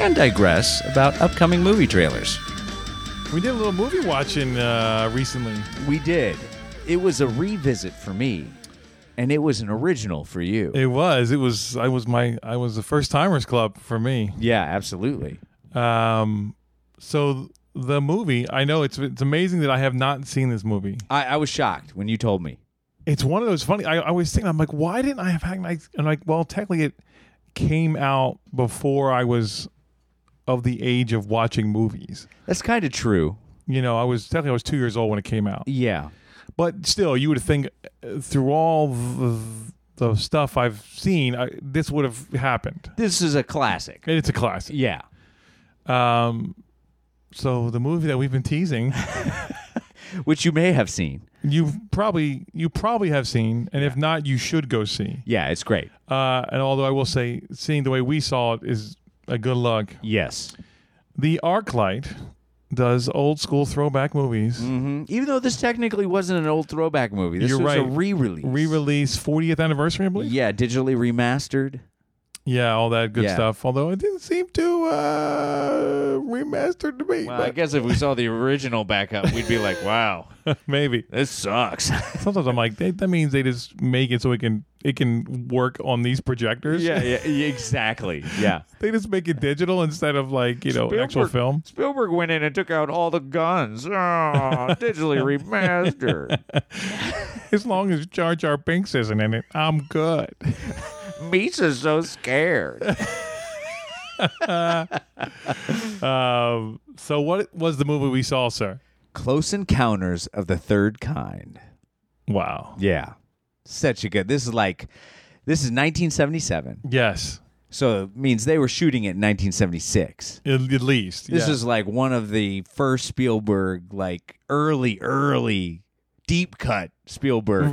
and digress about upcoming movie trailers. We did a little movie watching uh, recently. We did. It was a revisit for me, and it was an original for you. It was. It was. I was my. I was the first timers club for me. yeah, absolutely. Um, so the movie. I know it's it's amazing that I have not seen this movie. I, I was shocked when you told me. It's one of those funny. I, I always think I'm like, why didn't I have? I, I'm like, well, technically, it came out before I was of the age of watching movies. That's kind of true. You know, I was technically I was two years old when it came out. Yeah. But still, you would think uh, through all the, the stuff I've seen, I, this would have happened. This is a classic. And it's a classic. Yeah. Um, so the movie that we've been teasing, Which you may have seen. you probably you probably have seen, and if not, you should go see. Yeah, it's great. Uh, and although I will say, seeing the way we saw it is a good luck. Yes. The ArcLight does old school throwback movies. Mm, Even though this technically wasn't an old throwback movie, this You're was a right. re-release. Re-release 40th anniversary, I believe. Yeah, digitally remastered. Yeah, all that good Yeah. stuff. Although it didn't seem to uh, remastered to me. but guess if we saw the original backup, we'd be like, "Wow, maybe. this sucks." Sometimes I'm like, they, that means they just make it so it can it can work on these projectors. yeah, yeah, yeah, exactly. Yeah. they just make it digital instead of like you know actual Spielberg- film. Spielberg went in and took out all the guns. Oh, digitally remastered. As long as Jar Jar Binks isn't in it, I'm good. Misa's so scared. Um, so what was the movie we saw, sir? Close Encounters of the Third Kind. Wow. Yeah. Such a good. This is like, this is 1977. Yes, So it means they were shooting it in 1976. at, at least This yeah. is like one of the first Spielberg, like early, early deep cut Spielberg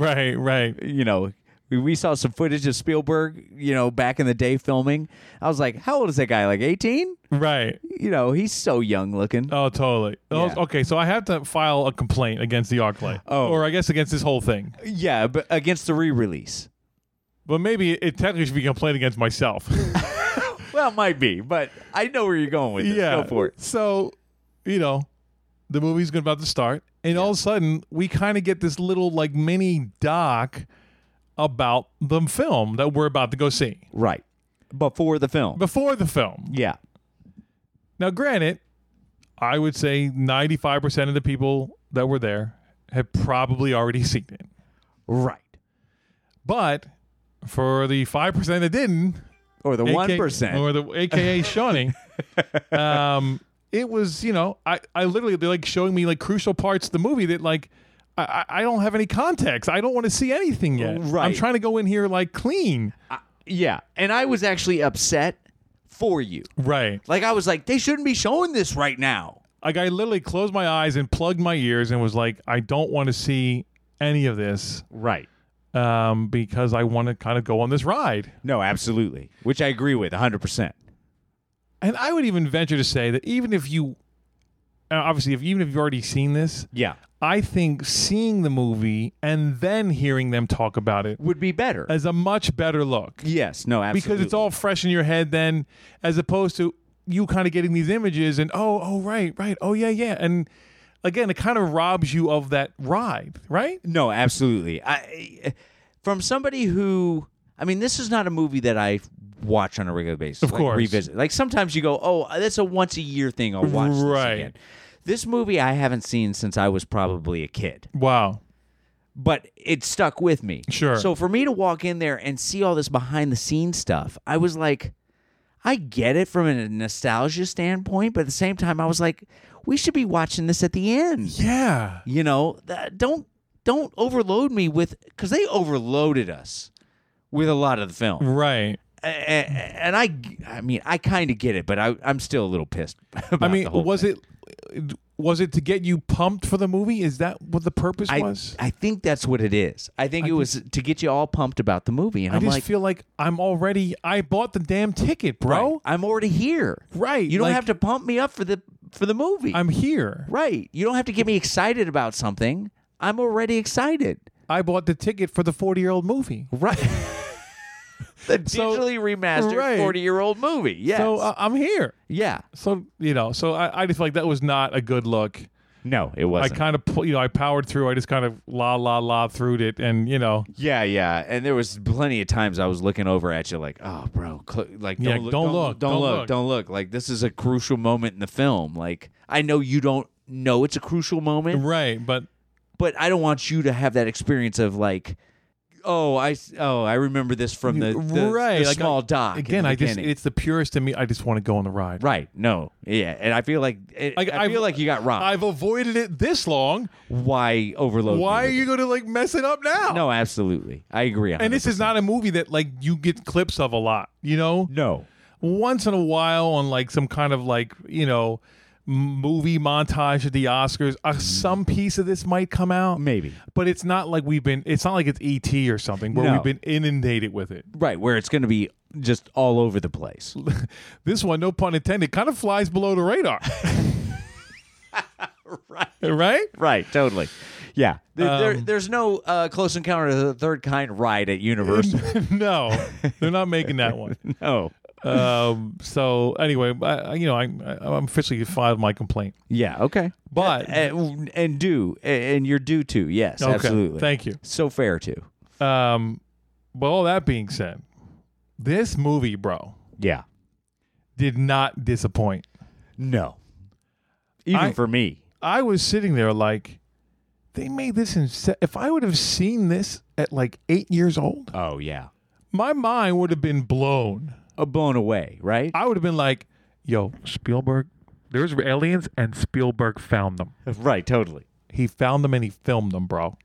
right, right. you know, we, we saw some footage of Spielberg, you know, back in the day filming. I was like, how old is that guy? Like 18? Right. You know, he's so young looking. Oh, totally. Oh, Yeah. Okay, so I have to file a complaint against the ArcLight. Oh. Or I guess against this whole thing. yeah, but against the re release. But maybe it technically should be a complaint against myself. Well, it might be, but I know where you're going with this. Go for it. So, you know, the movie's gonna- about to start, and all of a sudden, we kind of get this little like mini doc about the film that we're about to go see Right. Before the film. before the film. yeah. Now, granted, I would say ninety-five percent of the people that were there have probably already seen it, Right. but for the five percent that didn't, Or the AK 1%. or the AKA Shawnee. um, it was you know I I literally they're like showing me like crucial parts of the movie that like. I, I I don't have any context. I don't want to see anything yet. I'm Right. trying to go in here like clean. yeah. And I was actually upset for you. Right. Like, I was like, they shouldn't be showing this right now. Like I literally closed my eyes and plugged my ears and was like, I don't want to see any of this Right. um, because I want to kind of go on this ride. No, absolutely. Which I agree with 100%. And I would even venture to say that even if you, uh, obviously, if even if you've already seen this, Yeah. I think seeing the movie and then hearing them talk about it Would be better. is a much better look Yes, no, absolutely. because it's all fresh in your head then, as opposed to you kind of getting these images and oh, oh, right, right, oh yeah, yeah, and again, it kind of robs you of that ride, right? no, absolutely. I from somebody who I mean, this is not a movie that I watch on a regular basis. Of like, course. revisit. Like sometimes you go, oh, that's a once a year thing. I'll watch Right. this again. This movie I haven't seen since I was probably a kid, Wow, but it stuck with me. Sure. So for me to walk in there and see all this behind the scenes stuff, I was like, I get it from a nostalgia standpoint, but at the same time, I was like, we should be watching this at the end. yeah, you know that, don't don't overload me with because they overloaded us with a lot of the film right, and, and I, I mean, I kind of get it, but I, I'm still a little pissed. About I mean, the whole was thing. it was it to get you pumped for the movie? Is that what the purpose I, was? I think that's what it is. I think it was to get you all pumped about the movie, and I am just like, feel like I'm already. I bought the damn ticket, bro. right, I'm already here. Right, You don't like- have to pump me up for the for the movie. I'm here. right. You don't have to get me excited about something. I'm already excited. I bought the ticket for the 40 year old movie. Right. the So- digitally remastered right. forty year old movie. Yes. So uh, I'm here. yeah. So you know. So I, I just feel like that was not a good look. No, it I wasn't. kind of you know I powered through. I just kind of la la la through it, and you know. yeah, yeah. And there was plenty of times I was looking over at you like, oh, bro, cl- like don't, Yeah, look, don't don't look, don't, don't look, look. don't look. Like this is a crucial moment in the film. Like I know you don't know it's a crucial moment, Right, but but I don't want you to have that experience of like, oh, I s- oh I remember this from the, the, right, the like, small I- doc. in Again, the I just beginning. it's the purest to me. I just want to go on the ride. right. No, yeah, and I feel like it, Like, I I've- feel like you got robbed. I've avoided it this long. Why overload? me Why are with you going to like mess it up now? it? No, absolutely, I agree. 100%. And this is not a movie that like you get clips of a lot, you know? no. Once in a while on like some kind of like, you know, m- movie montage at the Oscars, uh, some piece of this might come out. Maybe. But it's not like we've been it's not like it's ET or something where No. we've been inundated with it. Right, where it's going to be just all over the place. This one, no pun intended, kind of flies below the radar. right. Right? right, totally. Yeah. There, there- Um, there's no uh, Close Encounter of the Third Kind ride at Universal. no. They're not making that one. no. um, so anyway, I, I- you know, I, I, I'm officially filed my complaint, Yeah, okay. but And, and due, and you're due to, yes, okay, absolutely. thank you. So fair too. Um, but all that being said, this movie, bro, Yeah. did not disappoint. No. Even I- for me. I was sitting there like, they made this in. Se- if I would have seen this at like eight years old, Oh, yeah. my mind would have been blown. Uh, blown away, right? I would have been like, yo, Spielberg, there's aliens, and Spielberg found them. right, totally. He found them and he filmed them, bro.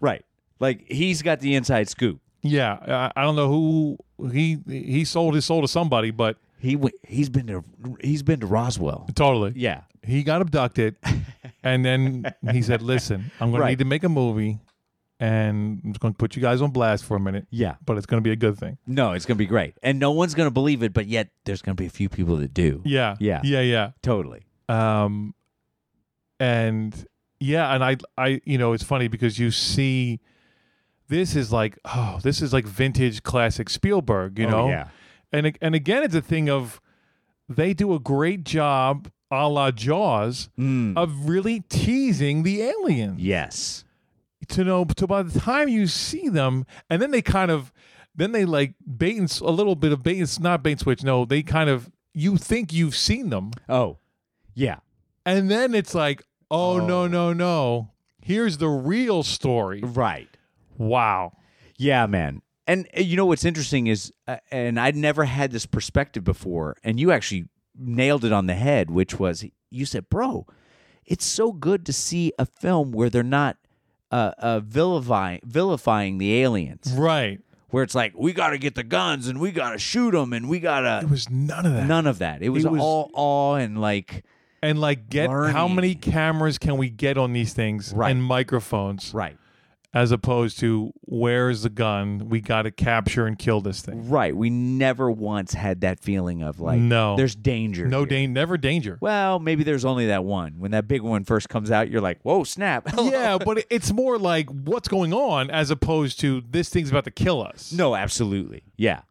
Right. Like, he's got the inside scoop. Yeah, I, I don't know who he he sold his soul to somebody, but He went, he's been to he's been to Roswell. totally. Yeah. He got abducted and then he said, "Listen, I'm going Right. to need to make a movie and I'm just going to put you guys on blast for a minute." Yeah. But it's going to be a good thing. No, it's going to be great. And no one's going to believe it, but yet there's going to be a few people that do. Yeah. Yeah. Yeah, Totally. yeah. Um and yeah, and I I you know, it's funny because you see this is like, oh, this is like vintage classic Spielberg, Oh, you know. and ag- and again, it's a thing of they do a great job, a la Jaws, of really teasing the alien. Yes. To know, to by the time you see them, and then they kind of, then they like bait and s- a little bit of bait and s- not bait and switch. No, they kind of you think you've seen them, Oh. Yeah. and then it's like, oh, no no no, here's the real story. Right. Wow. Yeah, man. And uh, you know what's interesting is, uh, and I'd never had this perspective before, and you actually nailed it on the head, which was you said, bro, it's so good to see a film where they're not uh, uh, vilifying, vilifying the aliens, Right. where it's like, we got to get the guns and we got to shoot them and we got to. It was none of that. None of that. It was, was- all awe and like and like get how Learning. many cameras can we get on these things Right. and microphones right, as opposed to where's the gun we got to capture and kill this thing right. We never once had that feeling of like No. there's danger. no here. danger never danger Well, maybe there's only that one. When that big one first comes out, you're like, whoa, snap. yeah but it- it's more like what's going on as opposed to this thing's about to kill us No, absolutely. Yeah.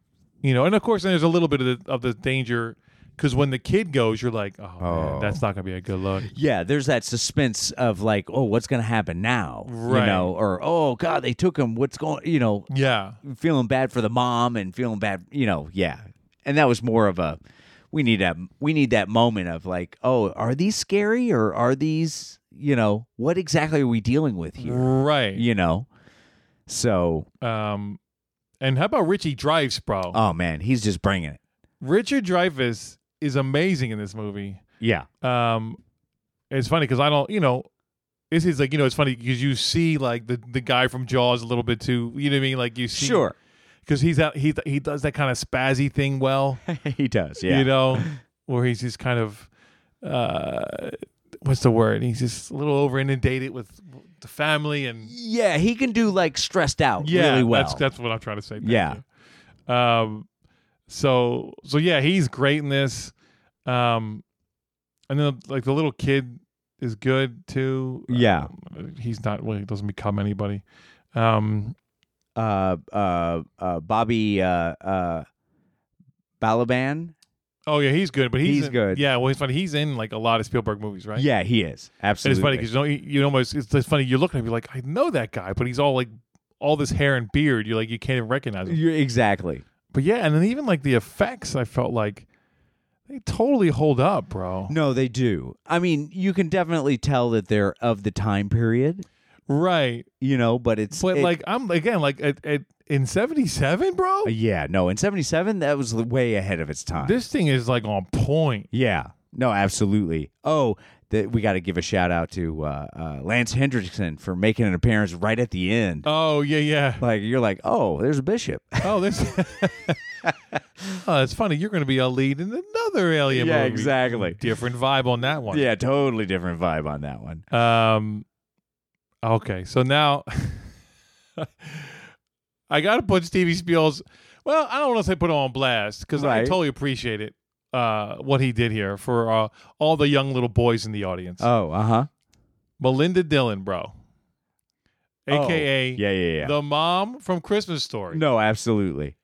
you know and of course there's a little bit of the, of the danger because when the kid goes you're like oh, Man, that's not gonna be a good look Yeah, there's that suspense of like, oh, what's gonna happen now? Right. You know, or oh God, they took him. What's going you know, yeah feeling bad for the mom and feeling bad you know, yeah. And that was more of a we need that we need that moment of like, oh, are these scary or are these you know, what exactly are we dealing with here? right You know? So um and how about richie drives bro oh man, he's just bringing it. richard dreyfuss is amazing in this movie Yeah. um it's funny because i don't you know this is like you know it's funny because you see like the the guy from jaws a little bit too you know what i mean like you see Sure. because he's out. He he does that kind of spazzy thing well. he does. you know, where he's just kind of, uh, what's the word? He's just a little over inundated with the family and Yeah, he can do like stressed out yeah, really well. that's that's what I'm trying to say. Thank Yeah. you. Um. So so yeah, he's great in this. Um, and then like the little kid is good too. Yeah. Um, he's not. Well, he doesn't become anybody. Um. uh, uh, uh, Bobby uh, uh, Balaban. Oh yeah, he's good, but he's, He's in- good. Yeah, well, he's funny. He's in like a lot of Spielberg movies, right? Yeah, he is And absolutely. it's funny because you know you, you almost it's, it's funny you look at him you're like I know that guy but he's all like all this hair and beard you're like you can't even recognize him You're- exactly. but yeah and then even like the effects I felt like they totally hold up bro No, they do. I mean, you can definitely tell that they're of the time period, right you know. But it's but it- like I'm again like at, at, in seventy seven bro Uh, yeah, no. In '77, that was way ahead of its time. this thing is like on point yeah, no, absolutely. Oh, that we got to give a shout out to uh, uh, Lance Hendrickson for making an appearance right at the end. oh yeah yeah like you're like, oh, there's a bishop. oh this oh it's funny you're gonna be a lead in another alien Yeah, movie. exactly. different vibe on that one yeah, totally different vibe on that one. Um. Okay, so now I got to put Stevie Spiel's. Well, I don't want to say put him on blast because I Right. totally appreciate it. Uh, what he did here for uh, all the young little boys in the audience. Oh, uh huh. Melinda Dillon, bro, aka Oh, yeah, yeah, yeah. the mom from Christmas Story. no, absolutely.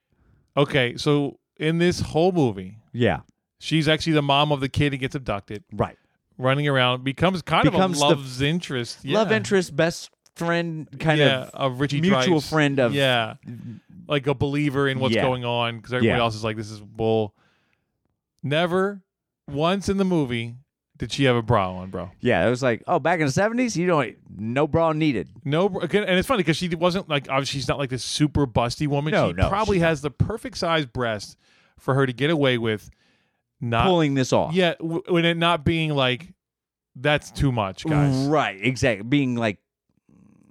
Okay, so in this whole movie, Yeah, she's actually the mom of the kid who gets abducted, right. running around, becomes kind Becomes of a the- love's interest. Love Yeah. interest, best friend, kind yeah, uh, of of Richie mutual Drice. friend of- yeah, like a believer in what's Yeah. going on because everybody Yeah. else is like this is bull. Never once in the movie did she have a bra on, bro. yeah. It was like, oh, back in the seventies, you don't no bra needed. No, bra- again, and it's funny because she wasn't like obviously she's not like this super busty woman. No, she no, probably she's has the perfect size breast for her to get away with not Pulling this Uh, off, Yeah, w- when it not being like that's too much, guys. right, exactly. Being like,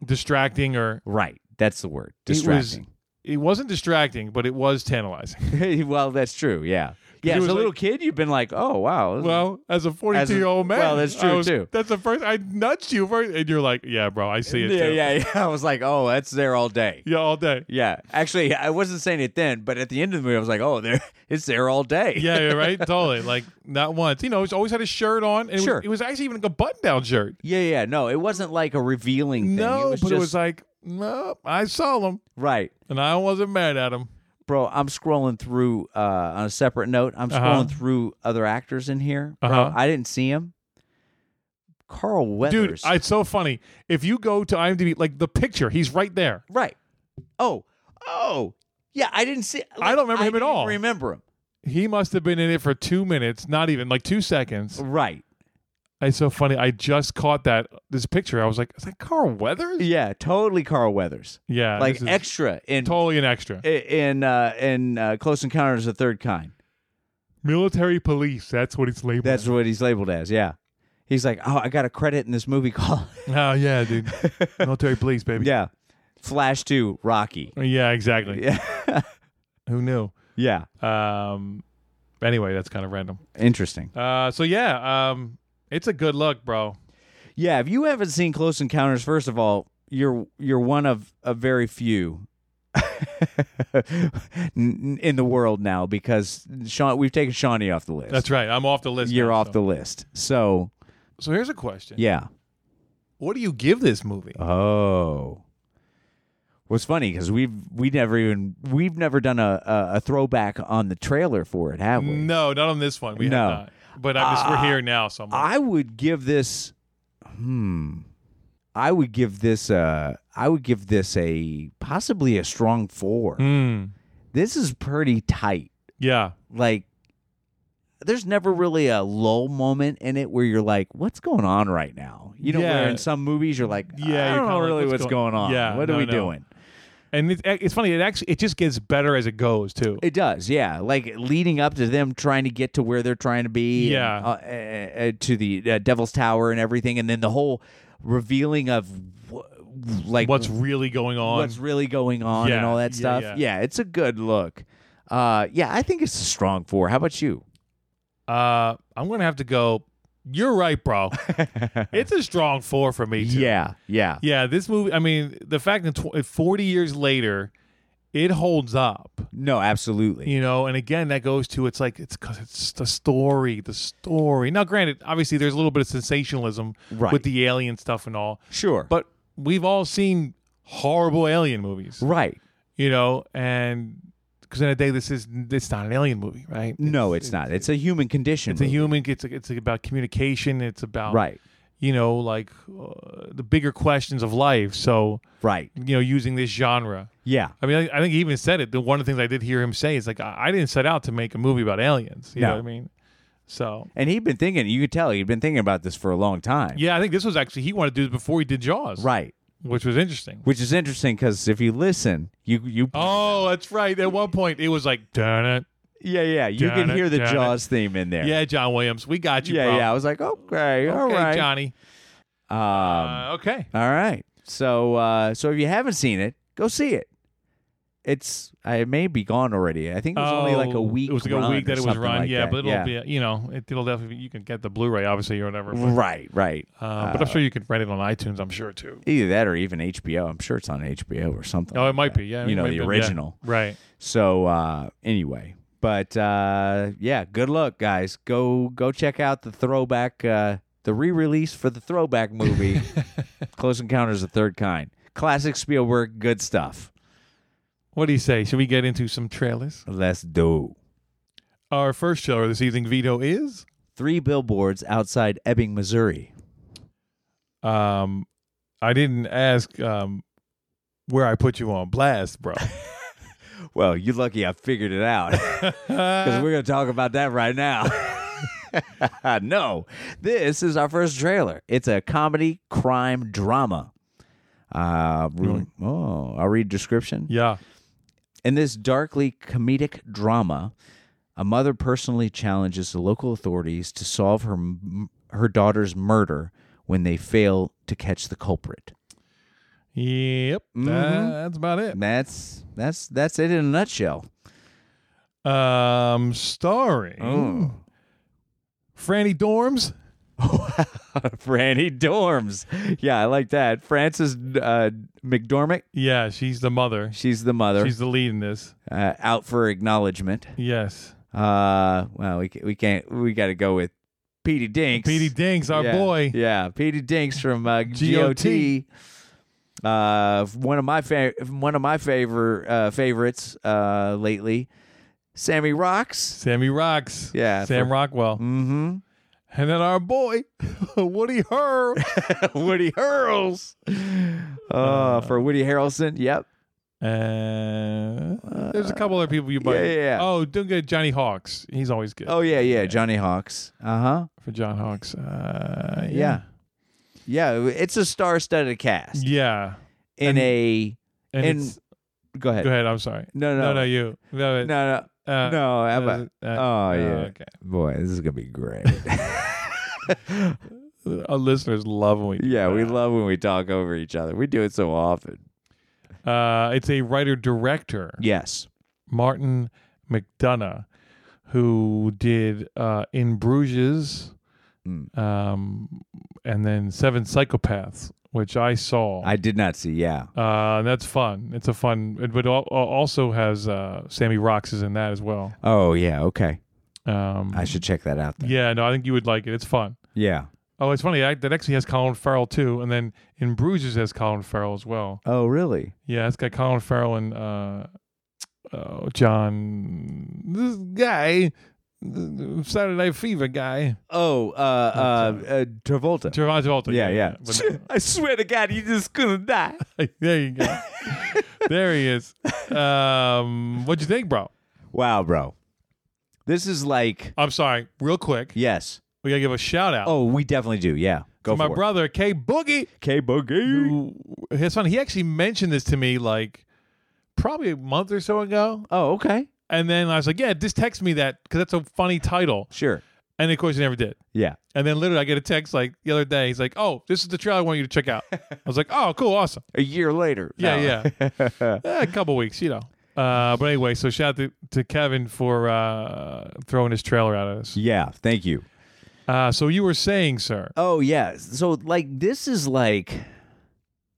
Distracting or right, that's the word, It was- distracting. it wasn't distracting, but it was tantalizing. well, that's true. Yeah, yeah. It As was a little like- kid, you've been like, oh wow, Well, as a 42 year old man, well, that's true, I was- too. That's the first I nudged you first, and you're like, "Yeah, bro, I see it." yeah, too. yeah, yeah. I was like, oh, that's there all day. Yeah, all day. Yeah, actually, I wasn't saying it then, but at the end of the movie, I was like, "Oh, there, it's there all day." Yeah, yeah, right. totally. Like not once. You know, he's always had a shirt on, and it, Sure. was, it was actually even like a button down shirt. Yeah, yeah, no, it wasn't like a revealing thing. No, it was but just, it was like, no, I saw him, right, and I wasn't mad at him. bro. I'm scrolling through uh, on a separate note. I'm Uh-huh. scrolling through other actors in here. Bro, Uh-huh. I didn't see him. Carl Dude, Weathers, I, it's so funny. If you go to IMDb, like the picture, he's right there. right? Oh, oh, yeah, I didn't see. I don't remember him at didn't all. Remember him? He must have been in it for two minutes, not even like two seconds. Right? It's so funny. I just caught that this picture. I was like, "Is that Carl Weathers?" Yeah, totally. Carl Weathers, Yeah, like this is extra in totally an extra. in uh, in uh, Close Encounters of the Third Kind. Military police. That's what it's labeled. That's what he's labeled as. Yeah. He's like, oh, I got a credit in this movie called. oh yeah, dude. Military police, baby. yeah. Flash 2, Rocky. Yeah, exactly. Yeah. Who knew? yeah. Um. Anyway, that's kind of random. Interesting. Uh. So yeah. Um. It's a good look, bro. Yeah. If you haven't seen Close Encounters, first of all, you're you're one of a very few n- in the world now because Sean, we've taken Shawnee off the list. That's right. I'm off the list. You're now, off so. the list. So, So here's a question. yeah. What do you give this movie? Oh. What's funny because we've we never even we've never done a, a a throwback on the trailer for it, have we? no, not on this one. We No. Uh, have not. But I'm just, we're here now, so I'm like, I would give this. Hmm. I would give this. Uh, I would give this a possibly a strong four. Hmm. This is pretty tight. yeah. Like, there's never really a lull moment in it where you're like, "What's going on right now?" You know, where Yeah. in some movies you're like, Yeah, "I you're don't kinda know like, really what's what's, going- going on. Yeah, what are no, we no. doing?" And it's it's funny. It actually it just gets better as it goes too. It does, yeah. Like leading up to them trying to get to where they're trying to be, and, Yeah. uh, uh, uh, to the uh, Devil's Tower and everything, and then the whole revealing of wh- like what's really going on. what's really going on and Yeah, all that yeah, stuff. yeah. it's a good look. Uh, yeah, I think it's a strong four. How about you? uh, I'm gonna have to go. You're right, bro. it's a strong four for me. Too. Yeah, yeah, yeah. This movie. I mean, the fact that tw- 40 years later, it holds up. No, absolutely. You know, and again, that goes to it's like it's 'cause it's the story, the story. Now, granted, obviously, there's a little bit of sensationalism Right. with the alien stuff and all, Sure, but we've all seen horrible alien movies, right. you know, and because in a day, this is it's not an alien movie, right? No, it's not. It's a human condition. It's a movie. human. It's it's about communication. It's about Right, You know, like uh, the bigger questions of life. So right. you know, using this genre. Yeah, I mean, I, I think he even said it. The one of the things I did hear him say is like, I, I didn't set out to make a movie about aliens. You No. know what I mean? So and he'd been thinking. You could tell he'd been thinking about this for a long time. yeah, I think this was actually he wanted to do this before he did Jaws, Right, Which was interesting. which is interesting because if you listen, you you Oh, that's right. At one point, it was like, darn it, yeah yeah you Dun can it, hear the dun it. Jaws theme in there. yeah, John Williams, we got you. yeah, bro. yeah. I was like, okay, all okay, right, Johnny. Um, Uh, okay, All right. So uh so if you haven't seen it, go see it. It's I may be gone already. I think it was only like a Oh, week. It was like run a week or that it was something run. like yeah, that. but it'll yeah. be you know it, it'll definitely you can get the Blu-ray obviously or whatever. But, right, right. uh, but I'm sure you could rent it on iTunes. I'm sure too. Either that or even HBO. I'm sure it's on HBO or something. Oh, it like might that. be. Yeah, you it know might the be, yeah. original. Right. So uh anyway, but uh yeah, good luck, guys. Go go check out the throwback, uh the re-release for the throwback movie, Close Encounters of the Third Kind. Classic Spielberg, good stuff. What do you say? Should we get into some trailers? Let's do. Our first trailer this evening, Vito, is three billboards outside Ebbing, Missouri. um, I didn't ask um where I put you on blast, bro. Well, you're lucky I figured it out because we're going to talk about that right now. no, this is our first trailer. It's a comedy crime drama. Uh, re- Oh, I'll read description. yeah. In this darkly comedic drama, a mother personally challenges the local authorities to solve her m- her daughter's murder when they fail to catch the culprit. Yep. Mhm. That- that's about it. That's that's that's it in a nutshell. Um, starring Oh. Franny Dorms. Franny Dorms. Yeah, I like that. Frances uh, McDormick. Yeah, she's the mother. She's the mother. She's the lead in this. uh, out for acknowledgement. Yes. Uh, well, we ca- we can't. We got to go with Petey Dinks. Petey Dinks, our yeah, boy. Yeah, Petey Dinks from uh, GOT. GOT. Uh, one of my fa- one of my favor uh, favorites uh, lately, Sammy Rocks. Sammy Rocks. Yeah, Sam for- Rockwell. Mm-hmm. And then our boy, Woody Herr. Woody Harrels. Uh, for Woody Harrelson. Yep. And there's a couple other people you might. Uh, yeah, yeah, yeah. Oh, don't get Johnny Hawks. He's always good Oh yeah, yeah. Johnny Hawks. Uh huh. for John Hawks. Uh, Yeah. Yeah. It's a star-studded cast Yeah. and- in a. And In- it's- Go ahead. go ahead. I'm sorry. No, no, No, no, you. No, no, no. uh, no, how uh, about- uh, oh, yeah. Okay. Boy, this is gonna be great. Our listeners love when we. do yeah, we that. love when we talk over each other. We do it so often. Uh, it's a writer director, Yes. Martin McDonough, who did uh, In Bruges, Mm. um, and then Seven Psychopaths, which I saw. I did not see. Yeah. Uh, that's fun. It's a fun, it- but al- al- also has uh, Sammy Rocks is in that as well. Oh yeah. Okay. Um, I should check that out. Then. yeah, no, I think you would like it. It's fun. Yeah. Oh, it's funny. I, that actually has Colin Farrell too, and then in Bruges has Colin Farrell as well. Oh really? Yeah, it's got Colin Farrell and uh, oh, John, this guy, the Saturday Night Fever guy, Oh, uh, uh, uh Travolta. Travolta. Travolta, yeah, yeah. But- I swear to God, you just gonna die. uh, there you go. there he is. Um, what'd you think, bro? Wow, bro. This is like I'm sorry, real quick. yes. We gotta give a shout out. Oh, we definitely do. Yeah, go to my for brother K Boogie. it. K Boogie. Who, his son, he actually mentioned this to me like probably a month or so ago, Oh, okay. and then I was like, "Yeah, just text me that because that's a funny title." Sure. And of course, he never did. Yeah. And then literally, I get a text like the other day. He's like, "Oh, this is the trailer I want you to check out." I was like, "Oh, cool, awesome." A year later. Yeah, yeah. Eh, a couple weeks, you know. Uh, but anyway, so shout out to, to Kevin for uh, throwing his trailer out at us. yeah. Thank you. Uh, so you were saying, sir? Oh yeah. So like this is like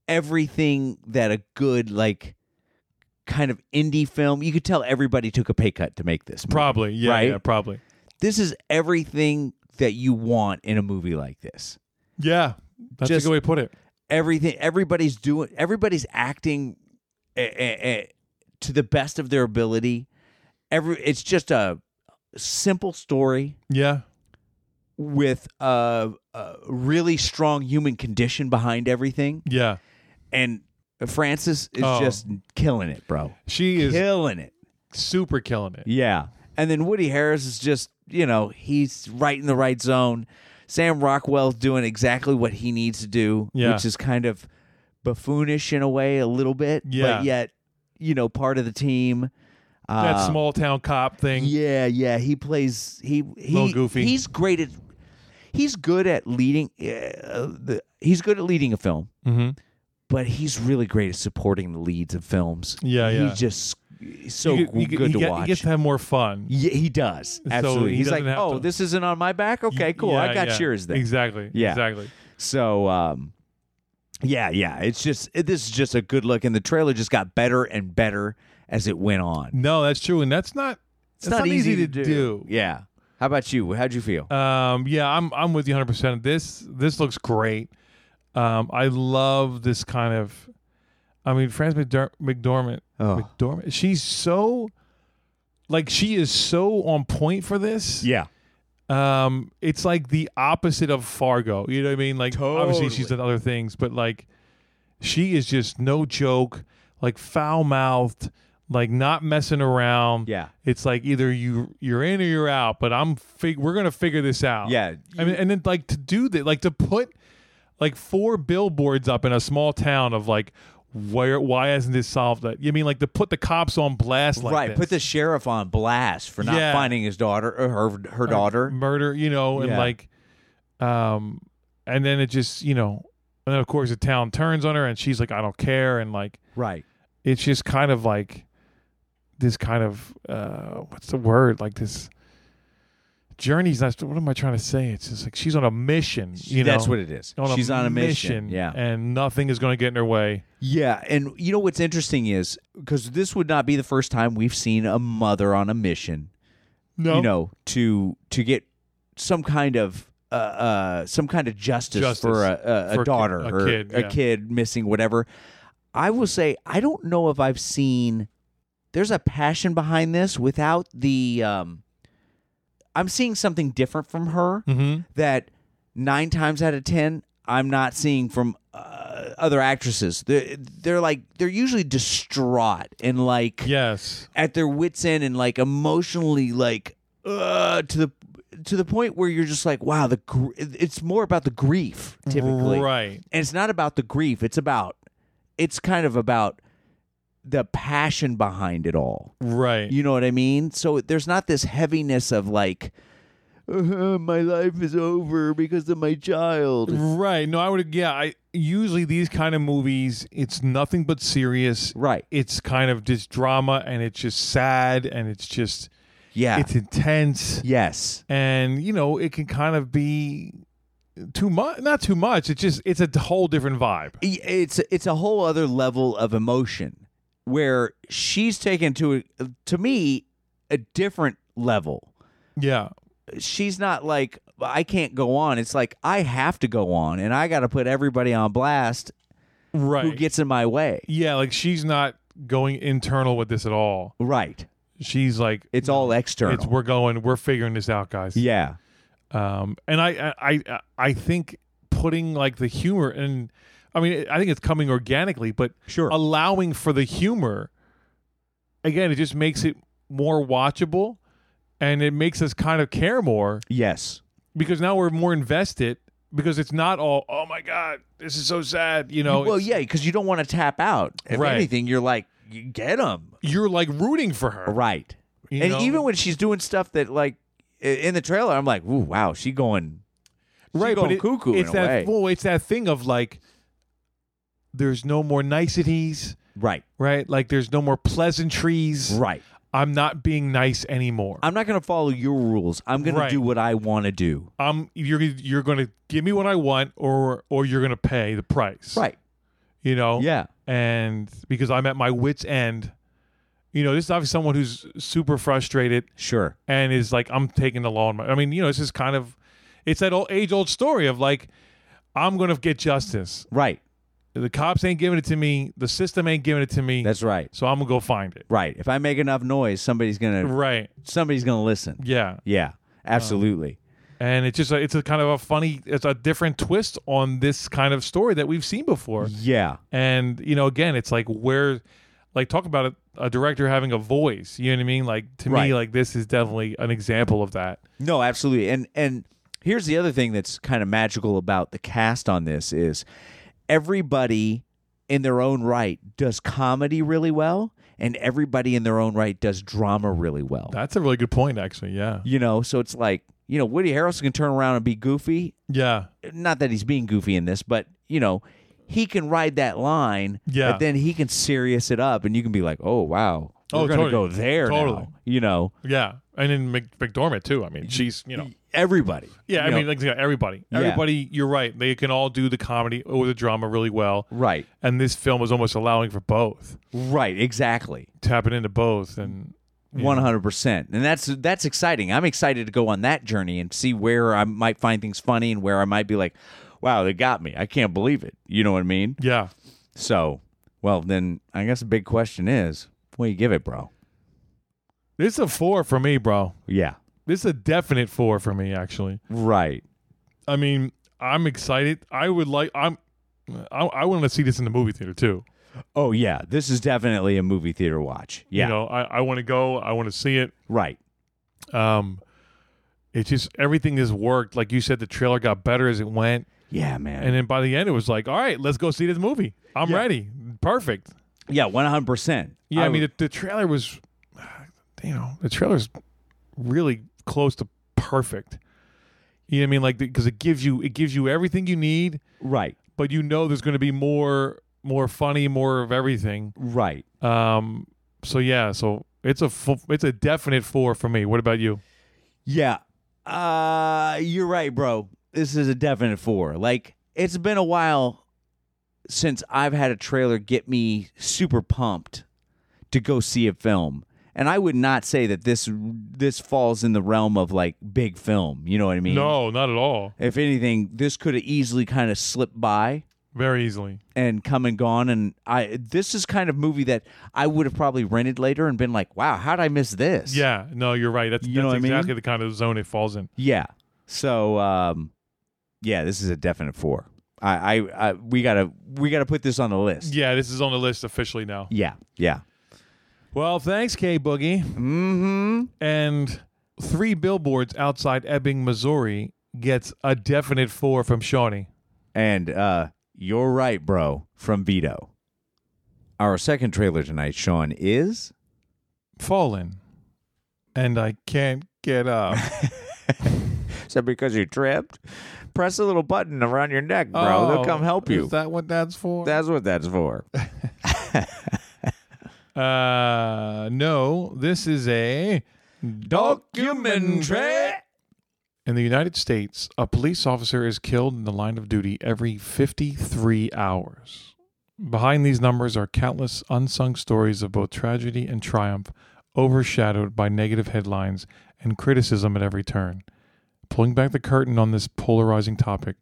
everything that a good like kind of indie film. You could tell everybody took a pay cut to make this. movie, Probably, yeah, right? yeah, probably, This is everything that you want in a movie like this. yeah. That's Just- a good way to put it. Everything everybody's doing everybody's acting eh, eh, eh, to the best of their ability. Every it's just a simple story Yeah, with a, a really strong human condition behind everything. yeah. and Francis is Oh. just killing it, bro. She is killing it. super killing it. Yeah. And then Woody Harris is just, you know, he's right in the right zone. Sam Rockwell's doing exactly what he needs to do, Yeah. which is kind of buffoonish in a way, a little bit, Yeah. but yet, you know, part of the team. Uh, That small town cop thing. Yeah, yeah, he plays. He he Little goofy. He's great at. He's good at leading. Uh, the, he's good at leading a film. Mm-hmm. but he's really great at supporting the leads of films. Yeah, yeah. He's just he's so g- good he to get- watch. He gets to have more fun. yeah, he does. So Absolutely. he he's like, doesn't have oh, to- this isn't on my back. Okay, cool. I Yeah, got yeah. yours then. Exactly. Yeah. Exactly. So, um, yeah, yeah. It's just it, this is just a good look, and the trailer just got better and better as it went on. No, that's true, and that's not. It's that's not, easy, to, do. do. Yeah. How about you? How'd you feel? Um, yeah, I'm I'm with you 100. percent This this looks great. Um, I love this kind of. I mean, Frances McDer- McDormand. Oh. McDormand. She's so, like, she is so on point for this. yeah. Um, it's like the opposite of Fargo. You know what I mean? Like, obviously she's Totally. done other things, but like, she is just no joke. Like foul mouthed. Like not messing around. Yeah. It's like either you you're in or you're out. But I'm fig- we're gonna figure this out. Yeah. uh, I mean, and then like to do that, like to put like four billboards up in a small town of like where why hasn't this solved that? You mean like to put the cops on blast like right. this? Put the sheriff on blast for not Yeah. finding his daughter or her her daughter. murder, you know, and Yeah. like um and then it just, you know, and then of course the town turns on her and she's like I don't care and like Right. it's just kind of like this kind of uh what's the word? Like this journey's not what am I trying to say? It's just like she's on a mission, you know. that's what it is. She's on a mission. Yeah. and nothing is going to get in her way. Yeah, and you know what's interesting is because this would not be the first time we've seen a mother on a mission, No, you know, to to get some kind of uh, uh some kind of justice, Justice for a, a, for a a kid- daughter a or kid, yeah. a kid missing whatever. I will say I don't know if I've seen. There's a passion behind this without the. Um, I'm seeing something different from her Mhm. that nine times out of ten I'm not seeing from uh, other actresses. They're, they're like they're usually distraught and like yes, at their wits end and like emotionally like uh, to the to the point where you're just like wow the gr- it's more about the grief typically right, and it's not about the grief it's about it's kind of about the passion behind it all right, you know what I mean? So there's not this heaviness of like, "Uh-huh, my life is over because of my child. right. No, I would. Yeah, I usually these kind of movies, it's nothing but serious. Right. It's kind of just drama, and it's just sad, and it's just Yeah. it's intense, yes. and you know it can kind of be too much. Not too much. It's just it's a whole different vibe. I- E, It's it's a whole other level of emotion where she's taken to a, to me a different level. Yeah, She's not like I can't go on. It's like I have to go on and I got to put everybody on blast right. who gets in my way. yeah, like she's not going internal with this at all. Right. She's like It's all external. It's we're going, we're figuring this out, guys. yeah. Um, and I, I, I, I think putting like the humor and, I mean, I think it's coming organically, but Sure. allowing for the humor, again, it just makes it more watchable, and it makes us kind of care more Yes. because now we're more invested because it's not all, oh my god, this is so sad, you know. well, it's- yeah, because you don't want to tap out. If Right. anything, you're like, "You get them you're like rooting for her, right. You and know? even when she's doing stuff that like i- in the trailer, I'm like, "Ooh, wow, she going she right, going but it- cuckoo it's in a that way." well, it's that thing of like, there's no more niceties, right, right? Like there's no more pleasantries. right. I'm not being nice anymore. I'm not going to follow your rules. I'm going Right. to do what I want to do. I'm you're you're going to give me what I want, or or you're going to pay the price. Right. You know. Yeah. And because I'm at my wits end, you know, this is obviously someone who's super frustrated Sure. and is like, I'm taking the law in my. I mean, you know, this is kind of, it's that old age old story of like, I'm going to get justice. Right. The cops ain't giving it to me. The system ain't giving it to me. That's right. so I'm gonna go find it. Right. If I make enough noise, somebody's going to Right. somebody's going to listen. Yeah. Yeah. Absolutely. And it's just a, it's a kind of a funny, it's a different twist on this kind of story that we've seen before. yeah. And you know, again, it's like where, like talk about a, a director having a voice. You know what I mean? Like to Right. me, like this is definitely an example of that. No, absolutely. And and here's the other thing that's kind of magical about the cast on this is everybody in their own right does comedy really well and everybody in their own right does drama really well. That's a really good point, actually. Yeah. you know, so it's like, you know, Woody Harrelson can turn around and be goofy. Yeah. Not that he's being goofy in this, but you know, he can ride that line, Yeah. but then he can serious it up and you can be like, "Oh, wow. Oh, We're going to totally. go there Totally. now." You know, Yeah. And then Mc, McDormand too. I mean, she's you know. everybody. Yeah, I you know, mean, like yeah, everybody, Yeah. everybody. You're right. They can all do the comedy or the drama really well, right. and this film was almost allowing for both, Right, exactly. tapping into both, and One hundred percent, and that's that's exciting. I'm excited to go on that journey and see where I might find things funny and where I might be like, "Wow, they got me! I can't believe it." You know what I mean? yeah, So, well, then I guess the big question is, what do you give it, bro? this is a four for me, bro. Yeah, This is a definite four for me, actually. right. I mean, I'm excited. I would like. I'm. I, I want to see this in the movie theater too. Oh yeah, this is definitely a movie theater watch. Yeah, You know, I, I want to go. I want to see it. right. Um, it just everything has worked. Like you said, the trailer got better as it went, Yeah, man. and then by the end, it was like, all right, let's go see this movie. I'm ready. Perfect. yeah, one hundred percent. Yeah, I, mean, the, the trailer was, you know, the trailer's really close to perfect. You know what I mean? Like, because it gives you it gives you everything you need, right, but you know there's going to be more more funny, more of everything. right. Um, so yeah, so it's a fu- it's a definite four for me. What about you? Yeah. Uh you're right, bro. This is a definite four. Like it's been a while since I've had a trailer get me super pumped to go see a film. And I would not say that this this falls in the realm of like big film, you know what I mean? No, not at all. If anything, this could have easily kind of slipped by Very easily. and come and gone and I this is kind of movie that I would have probably rented later and been like, "Wow, how would I miss this?" Yeah, no, you're right. That's, You know that's what I mean? exactly the kind of zone it falls in. Yeah. So um yeah, this is a definite four. I, I, I we gotta we gotta put this on the list. Yeah, this is on the list officially now. Yeah. Yeah. Well, thanks, K Boogie. Mm-hmm. and three billboards outside Ebbing, Missouri gets a definite four from Shawnee. And uh you're right, bro, from Vito. Our second trailer tonight, Sean, is Fallen. And I can't get up. Is that because you tripped? Press a little button around your neck, bro. Oh, They'll come help you. Is that what that's for? That's what that's for. uh no, this is a documentary. In the United States, a police officer is killed in the line of duty every 53 hours. Behind these numbers are countless unsung stories of both tragedy and triumph, overshadowed by negative headlines and criticism at every turn. Pulling back the curtain on this polarizing topic,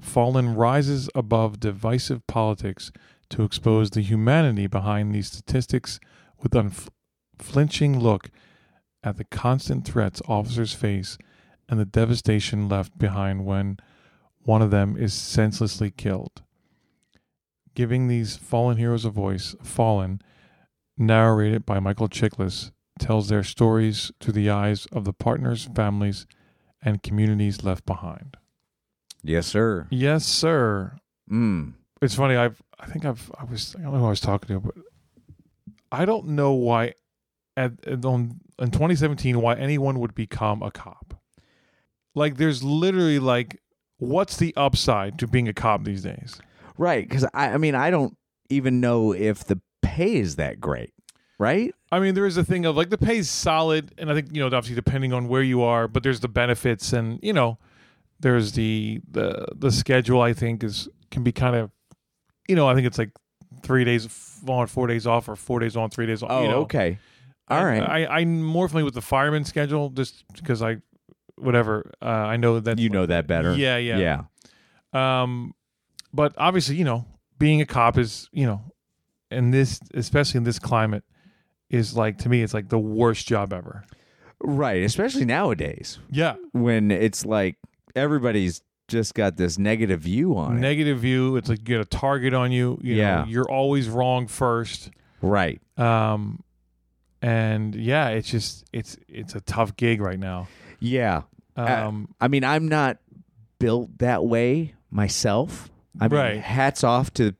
Fallen rises above divisive politics to expose the humanity behind these statistics with unflinching look at the constant threats officers face and the devastation left behind when one of them is senselessly killed. Giving these fallen heroes a voice, Fallen, narrated by Michael Chiklis, tells their stories through the eyes of the partners, families, and communities left behind. Yes, sir. Yes, sir. Mm. It's funny. I've I think I've I was I don't know who I was talking to, but I don't know why at, at on in 2017 why anyone would become a cop. Like there's literally like what's the upside to being a cop these days? Right, because I, I mean, I don't even know if the pay is that great, right? I mean, there is a thing of like the pay's solid, and I think you know, obviously, depending on where you are, but there's the benefits, and you know, there's the the the schedule. I think is can be kind of, you know, I think it's like three days on, four days off, or four days on, three days off. Oh, you know? okay, all And right. I I'm more familiar with the fireman schedule just because I, whatever. Uh, I know that you know that better. Yeah, yeah. yeah. Um, but obviously, you know, being a cop is, you know, in this, especially in this climate, is like to me, it's like the worst job ever. Right, especially nowadays Yeah, when it's like everybody's just got this negative view on it. negative view. It's like you get a target on you. you know, Yeah. you're always wrong first. Right. Um, and yeah, it's just it's it's a tough gig right now. Yeah. Um, I mean, I'm not built that way myself. I mean, Right. hats off to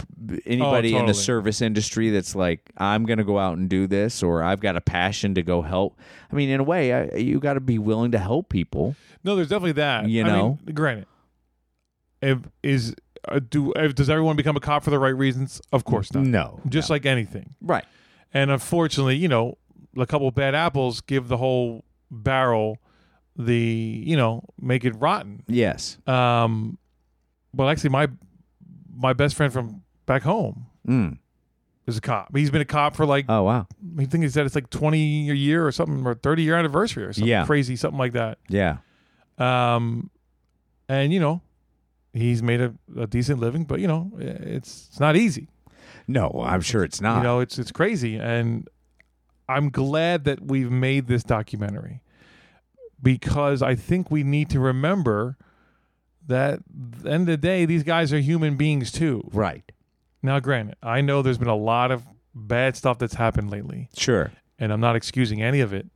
anybody in totally. the service industry that's like, I'm going to go out and do this, or I've got a passion to go help. I mean, in a way, I, you got to be willing to help people. no, there's definitely that. You I mean, know? granted, if, is uh, do if, does everyone become a cop for the right reasons? Of course not. No, just like anything. Right. And unfortunately, you know, a couple of bad apples give the whole barrel the, you know, make it rotten. Yes. Um well actually my my best friend from back home Mm. is a cop. He's been a cop for like Oh, wow. I think he said it's like 20 a year or something or 30 year anniversary or something Yeah. crazy something like that. Yeah. Um and you know, he's made a, a decent living, but you know, it's it's not easy. No, I'm sure it's not. You know, it's it's crazy, and I'm glad that we've made this documentary because I think we need to remember that at the end of the day, these guys are human beings too. right. Now, granted, I know there's been a lot of bad stuff that's happened lately, Sure. and I'm not excusing any of it,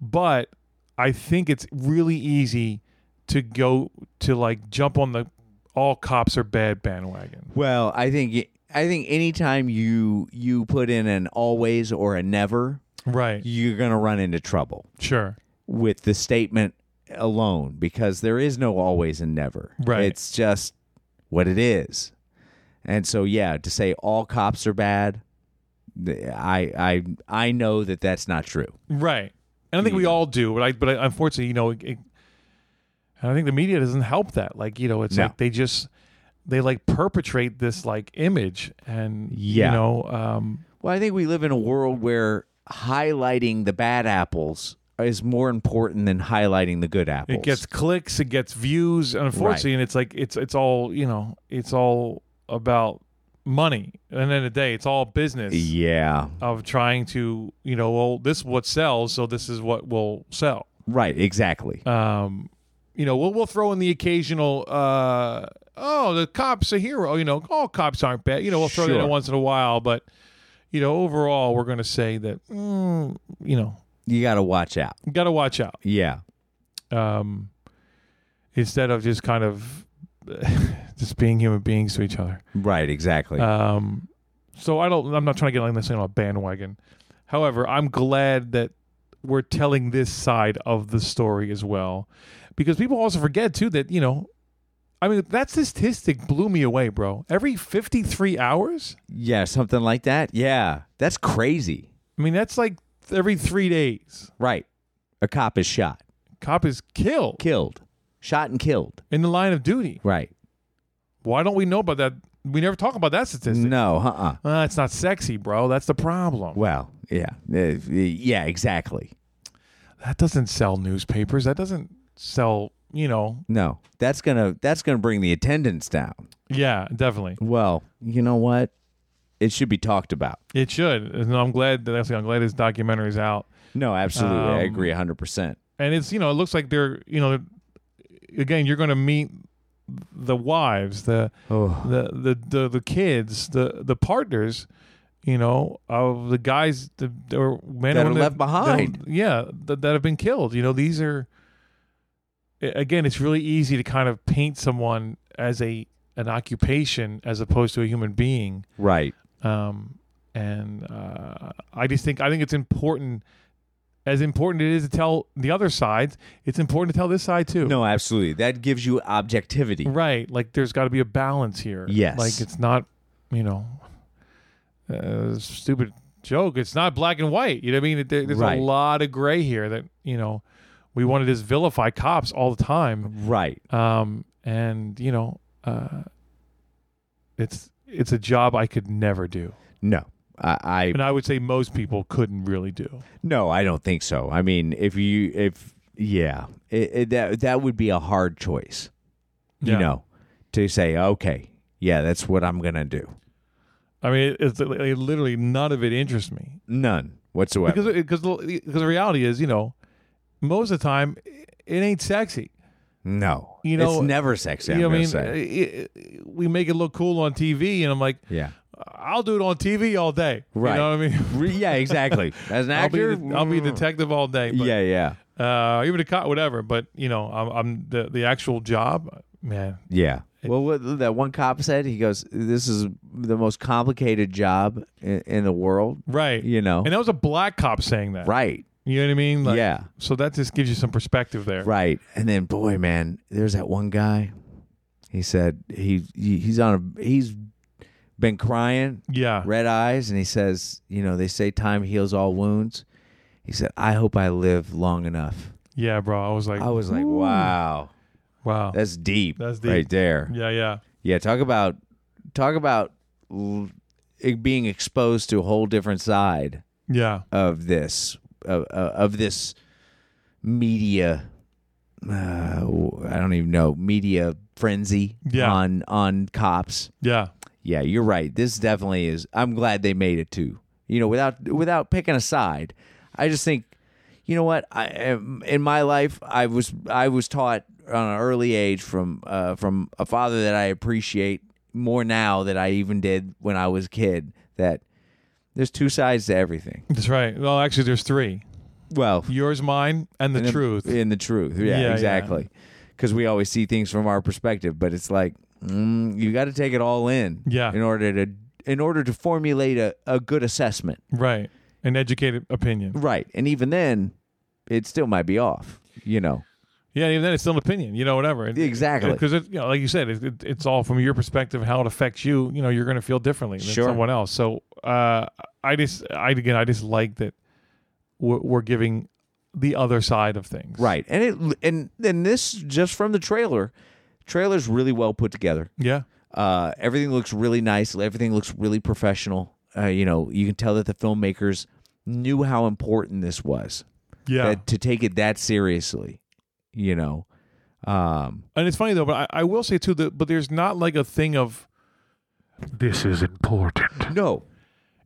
but I think it's really easy to go to like jump on the all cops are bad bandwagon. Well, I think I think anytime you you put in an always or a never, Right. you're going to run into trouble. Sure. with the statement alone because there is no always and never. Right. It's just what it is. And so yeah, to say all cops are bad, th- I I I know that that's not true. Right. And I think we all do, but I, but I, unfortunately, you know, it, it- and I think the media doesn't help that. Like, you know, it's No. like they just they like perpetrate this like image and Yeah. you know, um Well, I think we live in a world where highlighting the bad apples is more important than highlighting the good apples. it gets clicks, it gets views, and unfortunately, and it's like it's it's all, you know, it's all about money. And at the end of the day, it's all business Yeah. of trying to, you know, well, this is what sells, so this is what will sell. Right, exactly. um, you know, we'll we'll throw in the occasional uh, oh, the cop's a hero. You know, all cops aren't bad. You know, we'll throw that Sure. in once in a while, but you know, overall, we're going to say that mm, you know, you got to watch out. got to watch out. Yeah. Um, instead of just kind of just being human beings to each other. Right, exactly. Um, so I don't. I'm not trying to get like this thing on a bandwagon. However, I'm glad that we're telling this side of the story as well, because people also forget too that you know, I mean that statistic blew me away, bro. Every 53 hours, yeah, something like that. Yeah. That's crazy. I mean that's like every three days, Right. A cop is shot. cop is killed killed, shot and killed. in the line of duty. Right. Why don't we know about that? We never talk about that statistic. No, uh uh Uh, it's not sexy, bro. That's the problem. Well, yeah. Uh, yeah, exactly. That doesn't sell newspapers. That doesn't sell. You know, No. That's going to that's going to bring the attendance down. yeah, definitely. Well, you know what? It should be talked about. It should. And I'm glad that actually I'm glad this documentary is out. No, absolutely. I Um, agree 100%. And it's you know, it looks like they're you know again, you're gonna meet the wives, the Oh. the, the, the, the kids, the the partners, you know, of the guys the or men That and are women left behind. that- yeah, that, that have been killed. You know, these are a- again, it's really easy to kind of paint someone as a an occupation as opposed to a human being. Right. um, and uh, I just think I think it's important as important it is to tell the other sides, it's important to tell this side too. No, absolutely. That gives you objectivity. Right. Like there's got to be a balance here. Yes. Like it's not, you know, uh, stupid joke. It's not black and white. You know what I mean? There- there's Right. a lot of gray here that, you know, we want to just vilify cops all the time. Right. Um, and, you know, uh, it's it's a job I could never do. No. I, I And I would say most people couldn't really do. no, I don't think so. I mean, if you if yeah, it, it, that that would be a hard choice. Yeah. You know, to say okay, yeah, that's what I'm gonna do. I mean, it's it, literally none of it interests me. None whatsoever. because because the, because the reality is, you know, most of the time it ain't sexy. no, You know- it's never sexy. I'm you know what I gonna mean? Uh, say. It- it- we make it look cool on TV, and I'm like, Yeah. I'll do it on TV all day. Right. You know what I mean? Re- yeah, exactly. As an I'll be, actor, Mm. the- I'll be a detective all day. But, yeah, yeah, Uh, even a cop, whatever. But you know, I'm, I'm the the actual job, man. yeah. Well, what that one cop said, he goes, "This is the most complicated job in, in the world." Right. You know. And that was a black cop saying that. Right. You know what I mean? Like, Yeah. So that just gives you some perspective there. Right. And then boy, man, there's that one guy. He said he, he he's on a he's been crying, Yeah. red eyes, and he says, you know, they say time heals all wounds. He said, I hope I live long enough. Yeah, bro. I was like, I was like, wow, wow. that's deep. That's deep. right there. Yeah. yeah, yeah. talk about talk about l- it being exposed to a whole different side Yeah. of this of, of this media uh, I don't even know media frenzy Yeah. on on cops. Yeah. Yeah, you're right. This definitely is. I'm glad they made it too. You know, without without picking a side, I just think, you know what? I am- in my life, I was I was taught on an early age from uh, from a father that I appreciate more now than I even did when I was a kid that there's two sides to everything. That's right. Well, actually, there's three. Well, Yours, mine, and the in truth. in the truth yeah, Yeah, yeah. exactly because we always see things from our perspective but it's like mm, you got to take it all in Yeah. in order to in order to formulate a, a good assessment Right. An educated opinion. right and even then it still might be off you know Yeah, even then, it's still an opinion. You know, whatever. It- Exactly. Because you know, like you said, it, it, it's all from your perspective and how it affects you. You know, you're going to feel differently than Sure. someone else. So, uh, I just, I again, I just like that we're, we're giving the other side of things. right and it and and this just from the trailer trailer's really well put together Yeah. Uh, everything looks really nice. Everything looks really professional. Uh, you know, you can tell that the filmmakers knew how important this was. Yeah. That, to take it that seriously, you know. Um, And it's funny though, but I, I will say too that, but there's not like a thing of this is important. no,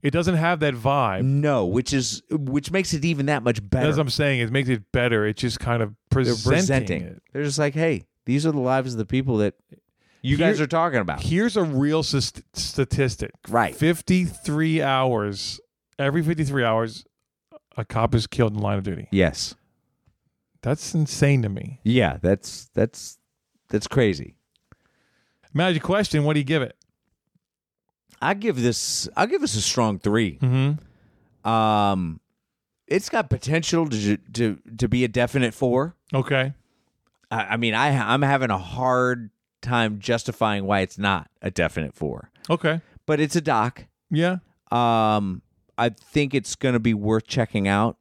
It doesn't have that vibe. no, which is which makes it even that much better. As I'm saying, it makes it better. It's just kind of They're presenting, presenting. it. They're just like, hey, these are the lives of the people that you guys Here- are talking about. Here's a real st- statistic. Right. 53 hours, every 53 hours, a cop is killed in line of duty. yes, That's insane to me. yeah, that's that's that's crazy. Magic question, what do you give it? I give this, I'll give this a strong three. Mm-hmm. Um, it's got potential to to to be a definite four. Okay. I, I mean, I I'm having a hard time justifying why it's not a definite four, Okay. but it's a doc. Yeah. Um, I think it's gonna be worth checking out.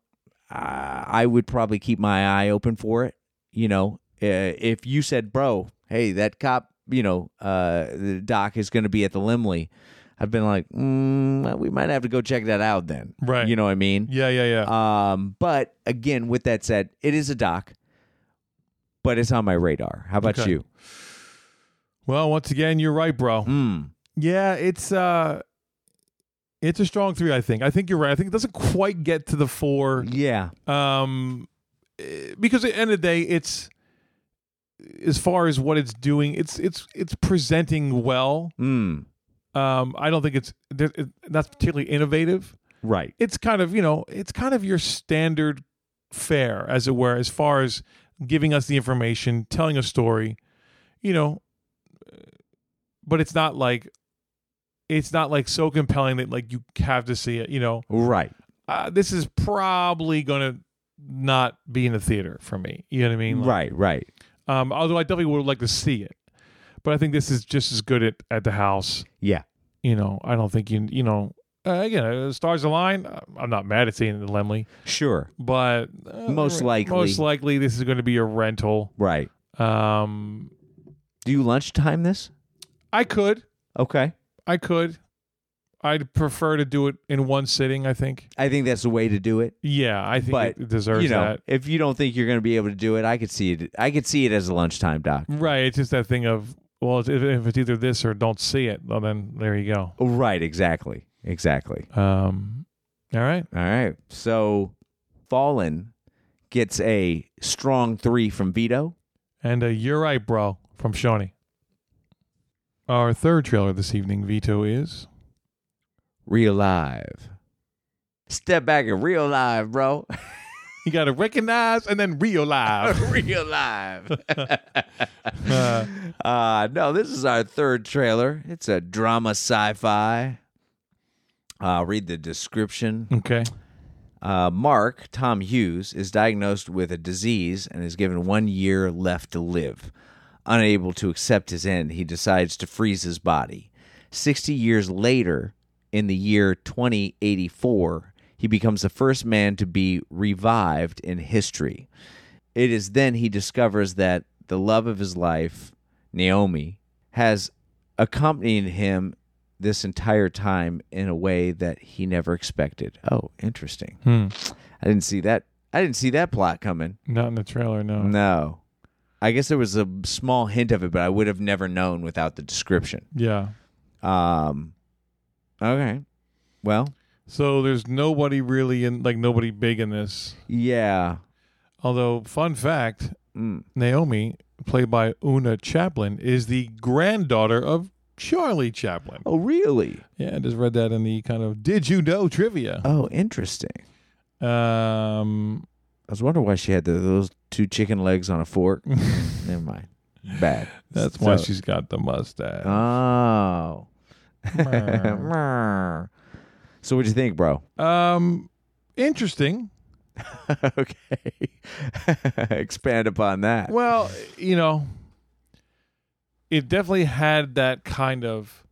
Uh, I would probably keep my eye open for it. You know, uh, if you said, "Bro, hey, that cop," you know, uh, the doc is gonna be at the Limley. I've been like, mm, well, we might have to go check that out then. Right. You know what I mean? Yeah, yeah, yeah. Um, but again, with that said, it is a doc, but it's on my radar. How about Okay. you? well, once again, you're right, bro. Mm. Yeah, it's uh it's a strong three, I think. I think you're right. I think it doesn't quite get to the four. Yeah, um eh, because at the end of the day it's as far as what it's doing it's it's it's presenting well mm. um i don't think it's there- it- that's particularly innovative right. it's kind of you know it's kind of your standard fare as it were as far as giving us the information telling a story you know eh, but it's not like it's not like so compelling that like you have to see it you know Right. uh, this is probably going to not be in the theater for me. You know what I mean? Like, Right, right. Um, although I definitely would like to see it, but I think this is just as good at, at the house. Yeah. You know, I don't think you you know uh, again uh, stars align. uh, I'm not mad at seeing it in Lemley, Sure. but uh, Most likely. most likely this is going to be a rental. Right. Um, Do you lunchtime this? I could, Okay. I could, I'd prefer to do it in one sitting. I think. I think that's the way to do it. Yeah, I think But it deserves you know, that. if you don't think you're going to be able to do it, I could see it. I could see it as a lunchtime doc. Right. It's just that thing of well, if, if it's either this or don't see it, well, then there you go. Oh, Right. Exactly. Exactly. Um, all right. All right. So, Fallen gets a strong three from Vito. And uh, you're right, bro, from Shawnee. Our third trailer this evening, Vito, is Real live. Step back and real live, bro. you got to recognize and then realize. real live. uh, Uh, no, this is our third trailer. It's a drama sci fi. Uh, read the description. okay. Uh, Mark, Tom Hughes, is diagnosed with a disease and is given one year left to live. Unable to accept his end, he decides to freeze his body. 60 years later, in the year 2084, he becomes the first man to be revived in history. It is then he discovers that the love of his life, Naomi, has accompanied him this entire time in a way that he never expected. Oh, interesting. Hmm. I didn't see that. I didn't see that plot coming. Not in the trailer, no. No. I guess there was a small hint of it, but I would have never known without the description. Yeah. Um Okay. Well, So there's nobody really in, like, nobody big in this. yeah. Although, fun fact Mm. Naomi, played by Una Chaplin, is the granddaughter of Charlie Chaplin. Oh, really? Yeah, I just read that in the kind of did you know trivia. Oh, interesting. Um, I was wondering why she had the, those two chicken legs on a fork. Never mind. Bad. that's why So- she's got the mustache. Oh. so what'd you think, bro? um, interesting. okay. Expand upon that. Well, you know, it definitely had that kind of.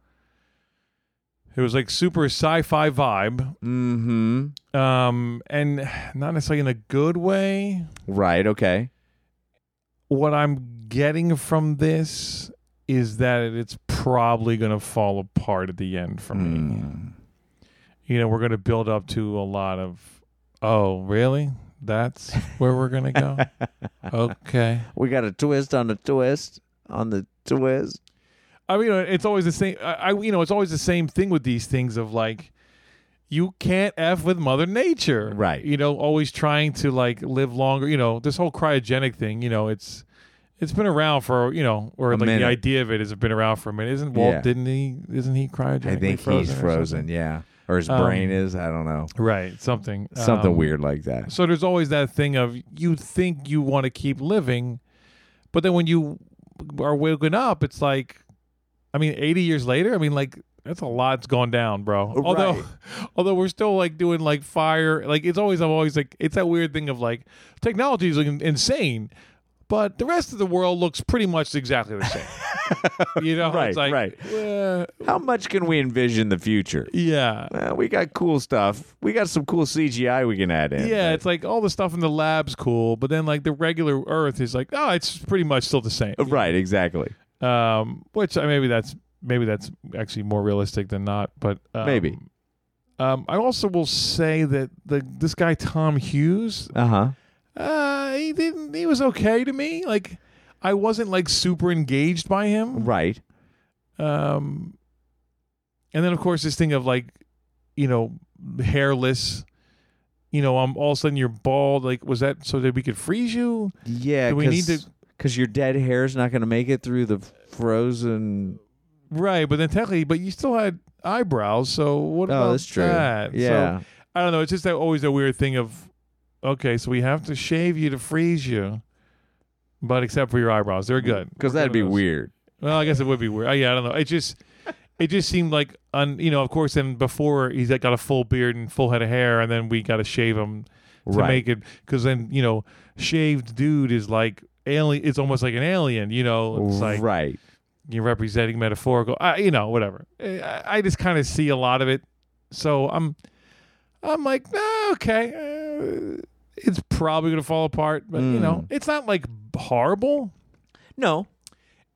It was like super sci-fi vibe, Mm-hmm. um, and not necessarily in a good way. Right, okay. What I'm getting from this is that it's probably going to fall apart at the end for me. Hmm. you know, we're going to build up to a lot of, oh, really? That's where we're going to go? okay. We got a twist on the twist on the twist. I mean, uh, it's always the same. I, I, you know, it's always the same thing with these things of like, you can't f with Mother Nature, Right. You know, always trying to like live longer. You know, this whole cryogenic thing. You know, it's it's been around for you know, or A like minute. the idea of it has been around for a minute. Isn't Walt? Yeah. Didn't he? Isn't he cryogenic? I think he's frozen, yeah. Or his Um, brain is, I don't know. Right. Something. Something um, weird like that. So there's always that thing of you think you want to keep living, but then when you are waking up, it's like, I mean, 80 years later, I mean, like that's a lot's gone down, bro. Although, Oh, Right. although we're still like doing like fire, like it's always I'm always like it's that weird thing of like technology is like, insane, but the rest of the world looks pretty much exactly the same. you know, Right, it's like, right. well, How much can we envision the future? yeah. Well, we got cool stuff. We got some cool CGI we can add in. Yeah, it's like all the stuff in the lab's cool, but then like the regular Earth is like, oh, it's pretty much still the same. Uh, Right, exactly. Um, which uh, maybe that's maybe that's actually more realistic than not, but um, Maybe. Um, I also will say that the this guy Tom Hughes, Uh huh. uh, he didn't he was okay to me. Like I wasn't like super engaged by him. Right. Um, and then of course this thing of like, you know, hairless. You know, um, all of a sudden you're bald. Like, was that so that we could freeze you? Yeah. Do we need to- Because your dead hair is not going to make it through the frozen. Right, but then technically, but you still had eyebrows. So what Oh, about that's true. that? Yeah. So, I don't know. It's just that always that weird thing of, okay, so we have to shave you to freeze you, but except for your eyebrows, they're good. Because We're Mm, that'd good be on those. weird. Well, I guess it would be weird. Oh, yeah, I don't know. It just, it just seemed like, un, you know, of course, and before he's like got a full beard and full head of hair, and then we got to shave him to Right. make it because then you know shaved dude is like alien. It's almost like an alien. You know, it's like right. you're representing metaphorical. I, you know, whatever. I- I, I just kind of see a lot of it, so I'm I'm like, ah, okay, uh, it's probably gonna fall apart, but you know, Hmm. it's not like horrible. No,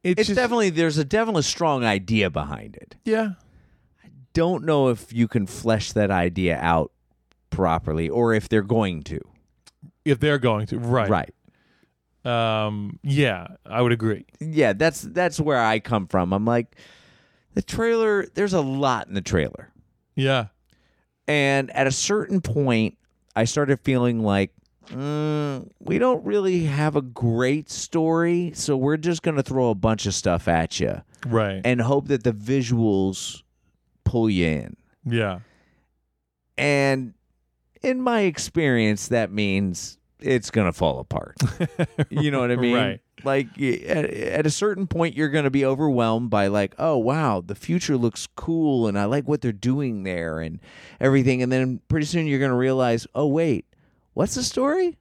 It's, it's just- definitely there's a definitely strong idea behind it. yeah. Don't know if you can flesh that idea out properly, or if they're going to. If they're going to right, right. Um, yeah, I would agree. yeah, that's that's where I come from. I'm like the trailer, there's a lot in the trailer. Yeah, And at a certain point, I started feeling like mm, we don't really have a great story, so we're just going to throw a bunch of stuff at you right. and hope that the visuals pull you in. yeah, And in my experience, that means it's going to fall apart. you know what I mean? Right. Like y- at, at a certain point, you're going to be overwhelmed by like, oh wow, the future looks cool, and I like what they're doing there and everything. And then pretty soon you're going to realize, oh wait, what's the story?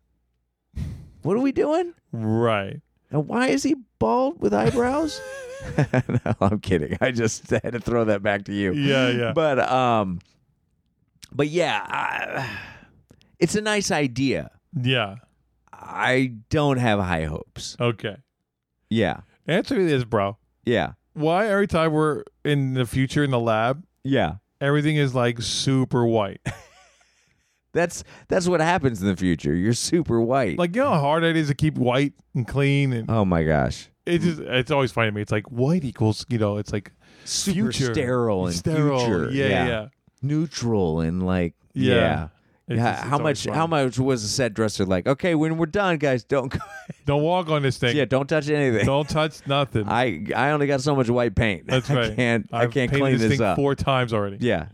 What are we doing? right. And why is he bald with eyebrows? no, I'm kidding. I just had to throw that back to you. Yeah, yeah. But um, but yeah, I, it's a nice idea. Yeah. I don't have high hopes. Okay. Yeah, Answer me this, bro. yeah, Why every time we're in the future in the lab, yeah. everything is like super white? That's that's what happens in the future. You're super white. Like you know how hard it is to keep white and clean, and oh my gosh, it's just it's always funny to me. It's like white equals you know, it's like super future sterile and sterile. future. Yeah, yeah. yeah. neutral and like Yeah. yeah. It's Yeah, just- it's how always much? How funny. much was the set dresser like? Okay, when we're done, guys, don't go. Don't walk on this thing. yeah, don't touch anything. Don't touch nothing. I I only got so much white paint. That's I right. can't I I've can't painted clean this, this, thing up. four times already. yeah,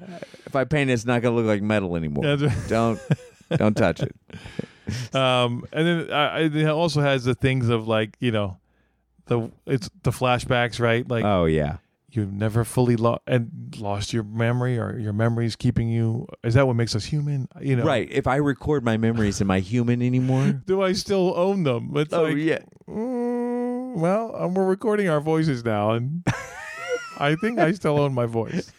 if I paint it, it's not gonna look like metal anymore. That's right. Don't don't touch it. Um, and then I, I, it also has the things of like you know, the it's the flashbacks, right? Like Oh yeah, you've never fully lost and lost your memory, or your memory's keeping you. Is that what makes us human? You know, right. If I record my memories, am I human anymore? Do I still own them? It's oh like, yeah, mm, well, um, we're recording our voices now, and I think I still own my voice.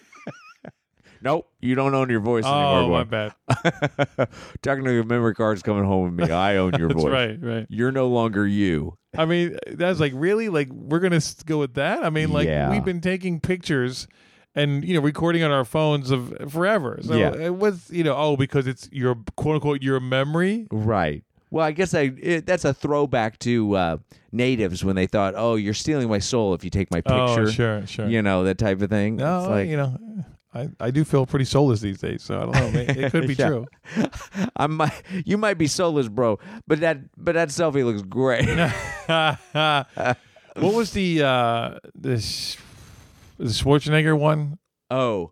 Nope, you don't own your voice oh, my anymore. boy. bad. Talking to your memory card's coming home with me. I own your That's voice. right, right. You're no longer you. I mean, that's like really like we're gonna s- go with that. I mean, like Yeah. we've been taking pictures and you know recording on our phones of forever. So Yeah. it was you know oh because it's your quote unquote your memory. Right. Well, I guess I it, that's a throwback to uh, natives when they thought, "Oh, you're stealing my soul if you take my picture." Oh sure sure. Oh, You know that type of thing. no, it's like, you know. I, I do feel pretty soulless these days, so I don't know. It, it could be Yeah. true. I might, you might be soulless, bro, but that but that selfie looks great. what was the uh this the Schwarzenegger one? oh,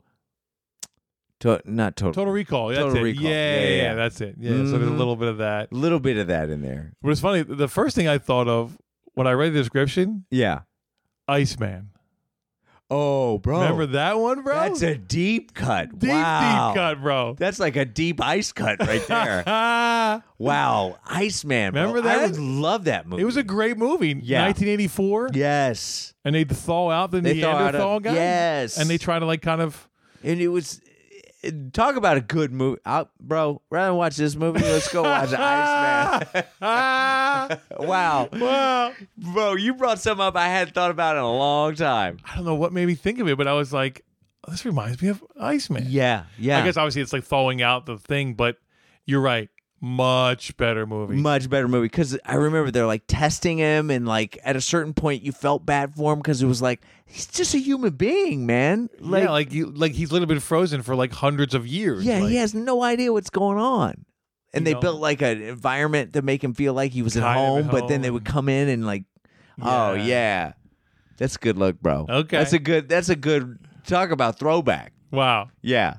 to, not total. Total Recall. That's Total it. Recall. Yeah, Yeah, yeah, yeah, yeah, yeah. That's it. Yeah. So there's a Mhm. little bit of that. Little bit of that in there. But it's funny. The first thing I thought of when I read the description, Yeah. Iceman. Oh, bro. Remember that one, bro? That's a deep cut. deep, wow. deep cut, bro. That's like a deep ice cut right there. Ah, wow, Iceman. Bro. Remember that I was- would love that movie. it was a great movie. Yeah. 1984. yes. And they thaw out the They thaw out a- Neanderthal guy. Yes. And they try to like kind of. and it was eh, talk about a good movie, I, bro. Rather than watch this movie, let's go watch Iceman. Ah, wow, wow. bro, you brought something up I hadn't thought about in a long time. I don't know what made me think of it, but I was like, oh, this reminds me of Iceman. Yeah, yeah. I guess obviously it's like thawing out the thing, but you're right. Much better movie. much better movie because I remember they're like testing him, and like at a certain point, you felt bad for him because it was like he's just a human being, man. Like, yeah, like you, like he's literally been frozen for like hundreds of years. yeah, like, he has no idea what's going on. And You they know? built like an environment to make him feel like he was at Kind of home, at but then they home. would come in and like, oh Yeah. yeah, that's a good look, bro. Okay. that's a good. That's a good talk about throwback. Wow. Yeah.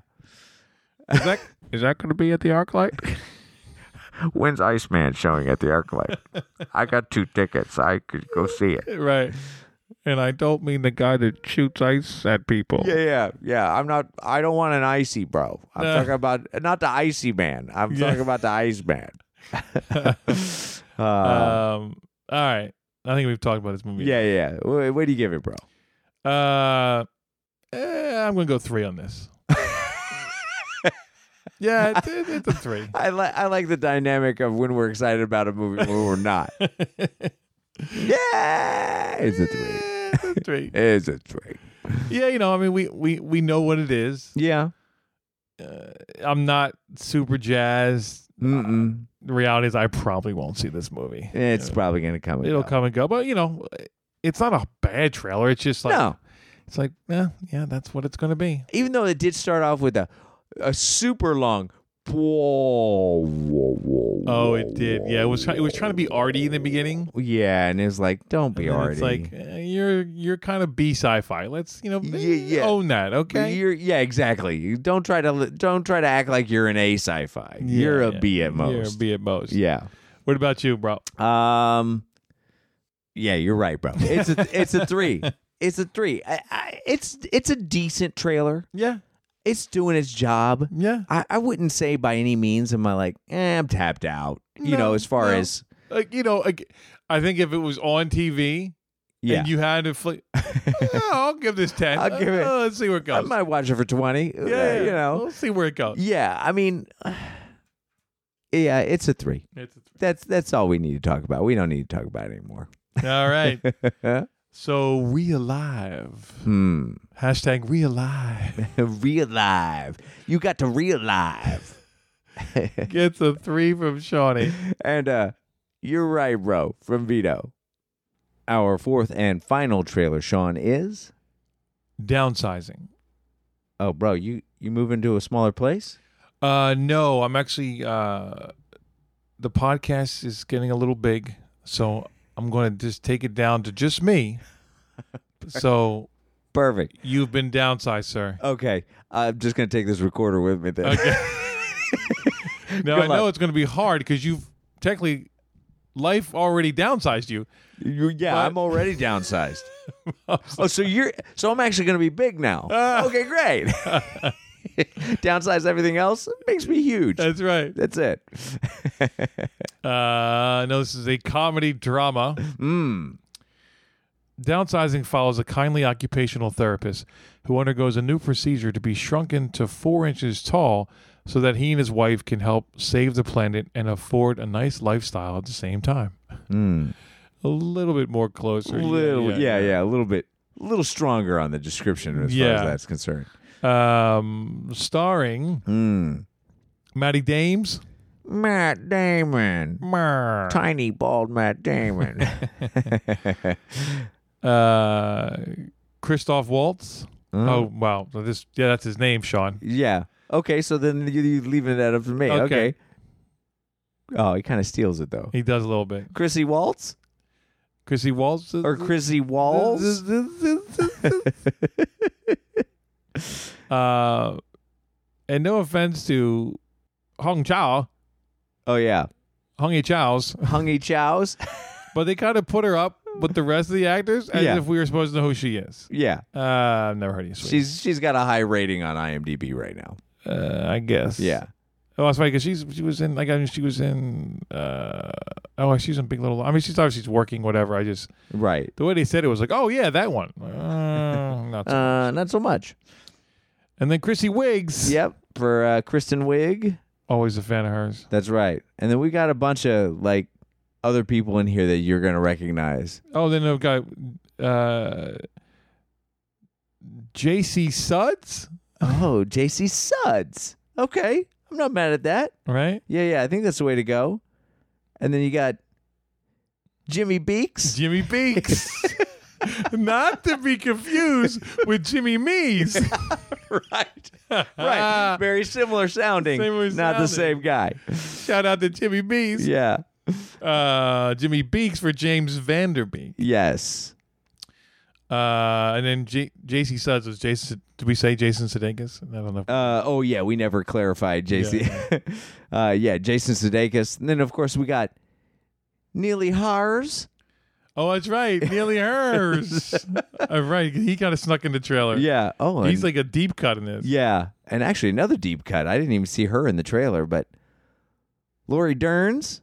Is that is that going to be at the ArcLight? When's Iceman showing at the ArcLight? I got two tickets. I could go see it. right. And I don't mean the guy that shoots ice at people. Yeah, yeah, yeah. I'm not. I don't want an icy bro. I'm Nah. talking about not the icy man. I'm Yeah. talking about the ice man. uh, Um. All right. I think we've talked about this movie. yeah, yeah. What, what do you give it, bro? Uh, eh, I'm gonna go three on this. yeah, it, it, it's a three. I like I like the dynamic of when we're excited about a movie when we're not. yeah, it's a three. Eh, it's a three. It's a three. Yeah, you know, I mean, we we we know what it is. Yeah. I'm not super jazzed. Mm-mm. The reality is, I probably won't see this movie. It's probably gonna come. and It'll go. come and go, but you know, it's not a bad trailer. It's just like No, it's like, eh, yeah, that's what it's gonna be. even though it did start off with a a super long. Whoa, whoa, whoa, Oh, it did. Yeah, it was try- it was trying to be arty in the beginning. Yeah, and it's like, don't be And then already. It's like eh, you're you're kind of B sci-fi. Let's you know Yeah, eh, yeah. own that. Okay. You're, yeah, exactly. You don't try to li- don't try to act like you're an A sci-fi. you're a yeah. B at most. You're a B at most. Yeah. What about you, bro? Um. Yeah, you're right, bro. It's a it's a three. It's a three. I, I, it's it's a decent trailer. Yeah. It's doing its job. Yeah. I, I wouldn't say by any means am I like eh, I'm tapped out. You No, know, as far no. as Like you know, like, I think if it was on TV yeah, and you had to flick, oh, I'll give this ten. I'll give it- Oh, let's see where it I goes. might watch it for twenty. Yeah, yeah, you know. Let's see where it goes. Yeah, I mean, yeah, it's a three. It's a That's that's all we need to talk about. We don't need to talk about it anymore. three. All right. so we alive. Hmm. Hashtag we alive real live. You got to real live. gets a three from Shawnee. And uh you're right, bro, from Vito. Our fourth and final trailer, Sean, is Downsizing. Oh bro, you you move into a smaller place? Uh, no, I'm actually uh, the podcast is getting a little big, so I'm going to just take it down to just me. so Perfect. you've been downsized, sir. Okay. I'm just gonna take this recorder with me then. Now I luck. know it's going to be hard because you've technically life already downsized you. You- yeah, But- I'm already downsized. oh, so you're so I'm actually gonna be big now. okay, great. Downsize everything else makes me huge. That's right. That's it. Uh, no, this is a comedy drama. Mm. Downsizing follows a kindly occupational therapist who undergoes a new procedure to be shrunken to four inches tall so that he and his wife can help save the planet and afford a nice lifestyle at the same time. A little bit more closer. Hmm. little, yeah, yeah, a little bit, a little stronger on the description as far Yeah. as that's concerned. Um, starring Hmm. Maddie Dames. Matt Damon, tiny bald Matt Damon. Mm. Uh, Christoph Waltz. Hmm. Oh wow, So this yeah, that's his name, Sean. yeah. Okay, so then you, you leaving that up to me. Okay. Okay. Oh, he kind of steals it though. He does a little bit. Chrissy Waltz Chrissy Waltz or Chrissy Walls? Uh, and no offense to Hong Chao, oh yeah, Hong Yi Chao's, Hungy Chow's. but they kind of put her up with the rest of the actors as Yeah. if we were supposed to know who she is. yeah, Uh, I've never heard of you. Sweet. she's she's got a high rating on IMDb right now. Uh, I guess. Yeah. Oh, that's right. Because she's she was in like I mean she was in. Uh, oh, she's in Big Little. Lies. I mean she's obviously she's working whatever. I just Right. the way they said it was like oh yeah that one. Uh, not so- Uh, not so much. and then Chrissy Wiggs. Yep. For uh, Kristen Wiig. Always a fan of hers. That's right. And then we got a bunch of like other people in here that you're gonna recognize. Oh, then I've got uh, J.C. Suds, Oh, JC Suds. Okay. I'm not mad at that. right? Yeah, yeah, I think that's the way to go. And then you got Jimmy Beaks. Jimmy Beaks. Not to be confused with Jimmy Mees. right. Right. Very similar sounding. Ah. Similar not the sounding. same guy. Shout out to Jimmy Mees. Yeah. Uh, Jimmy Beaks for James Vanderbeek. Yes. Uh, and then J- J.C. Suds was Jason. Did we say Jason Sudeikis? I don't know. Uh, oh yeah, we never clarified JC. uh, yeah, Jason Sudeikis. And then of course we got Neely Hars. Oh, that's right. Nearly hers. All right. He kind of snuck in the trailer. Yeah. Oh, He's and- like a deep cut in this. yeah, and actually another deep cut. I didn't even see her in the trailer, but Lori Derns.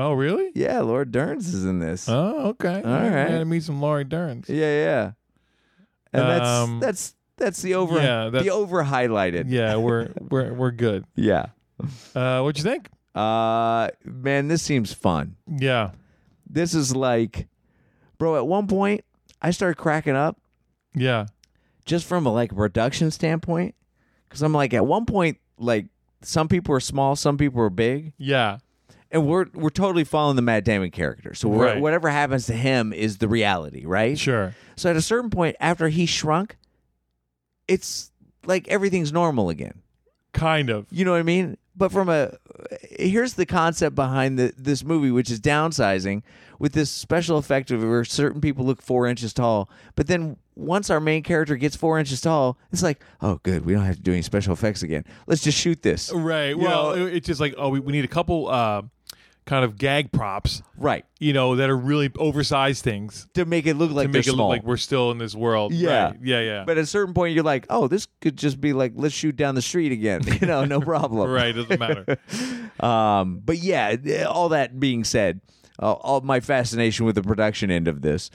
Oh, really? Yeah, Laura Derns is in this. Oh, okay. All right. Gotta meet some Laurie Derns. Yeah, yeah. And that's Um, that's that's the over yeah, the that's- over highlighted. Yeah, we're we're we're good. Yeah. Uh, what you think? Uh man, this seems fun. Yeah, This is like bro, at one point I started cracking up yeah, just from a like production standpoint cuz I'm like at one point like some people are small, some people are big, yeah, and we're we're totally following the Matt Damon character. So we're, Right. whatever happens to him is the reality, right? sure. So at a certain point after he shrunk, it's like everything's normal again. Kind of. You know what I mean? But from a here's the concept behind the, this movie, which is downsizing with this special effect of where certain people look four inches tall, but then once our main character gets four inches tall, it's like, oh, good, we don't have to do any special effects again. Let's just shoot this. Right. You well, know? it- it's just like, oh, we, we need a couple uh, kind of gag props, right, you know, that are really oversized things to make it look like to they're make it small. look like we're still in this world. Yeah. Right. Yeah, yeah. but at a certain point, you're like, oh, this could just be like, let's shoot down the street again. You know, no problem. right. doesn't matter. Um, but yeah, th- all that being said, uh, all my fascination with the production end of this,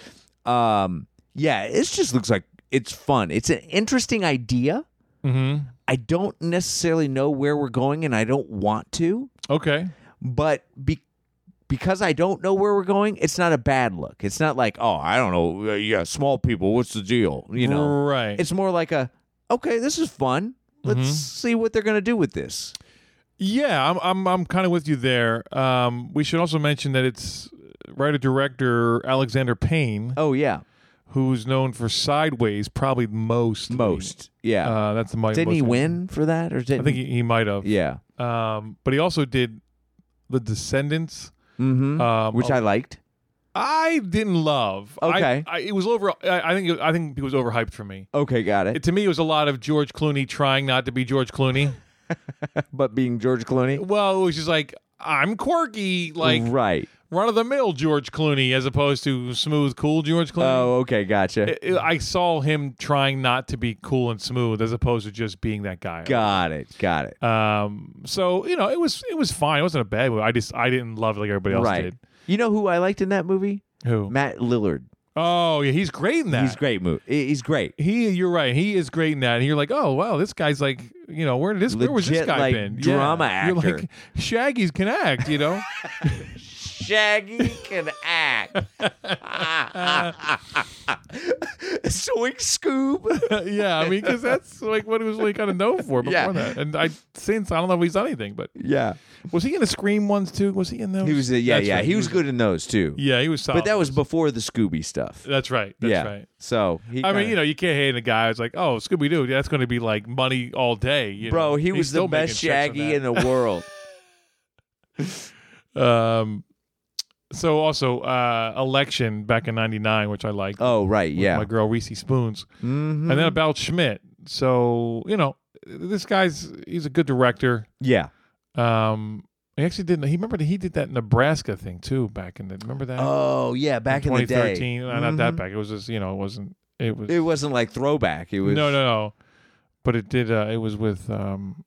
um, yeah, it just looks like it's fun. It's an interesting idea. mm-hmm. I don't necessarily know where we're going, and I don't want to, Okay. but be- because I don't know where we're going, it's not a bad look. It's not like, oh, I don't know, uh, yeah, small people, what's the deal? You know, Right. it's more like a, okay, this is fun. Let's Mm-hmm. see what they're gonna do with this. Yeah, I'm I'm I'm kind of with you there. Um, we should also mention that it's writer director Alexander Payne, Oh yeah, who's known for Sideways, probably most most yeah. Uh, that's the most. Didn't he win for that, or didn't? I think he, he might have. yeah, Um, but he also did The Descendants, mm-hmm. um, which I liked. I didn't love. I- Okay. I, it was over. I, I think it, I think it was overhyped for me. Okay, got it. It, to me, it was a lot of George Clooney trying not to be George Clooney. But being George Clooney, well, it was just like I'm quirky, like right? run of the mill George Clooney as opposed to smooth, cool George Clooney. Oh, okay, gotcha. I- I I saw him trying not to be cool and smooth as opposed to just being that guy. got it, got it. Um, so you know, it was it was fine. It wasn't a bad movie. I just I didn't love it like everybody else right. did. You know who I liked in that movie? Who? Matt Lillard. Oh yeah, he's great in that. He's great. Move. He's great. He, you're right. He is great in that. And you're like, oh wow, this guy's like, you know, where did this, where was this Legit, guy like, been? drama You're actor. like, Shaggy's can act, you know. Shaggy can act. Swing Scoob. yeah, I mean, because that's like what he was really kind of known for before Yeah. that. And I since I don't know if he's done anything, but Yeah, was he in the Scream ones too? Was he in those? he was. A, yeah, That's yeah. right, He was good in those too. Yeah, he was solid. But that was before the Scooby stuff. That's right. That's yeah. right. So he I mean, kinda- you know, you can't hate a guy who's like, "Oh, Scooby Doo, that's going to be like money all day." You know? Bro, he He's was the still making best checks on Shaggy that. in the world. Um, so also uh, election back in '99, which I liked. Oh, right. with Yeah. my girl Reese Spoons, Mhm. and then about Schmidt. So you know, this guy's he's a good director. Yeah. Um, he actually did. He remember that he did that Nebraska thing too back in the. Remember that? Oh, yeah. Back in the day. 2013. No, Not that Mhm. back. It was just you know, it wasn't. It was. It wasn't like throwback. It was. no, no, no. But it did. Uh, it was with. um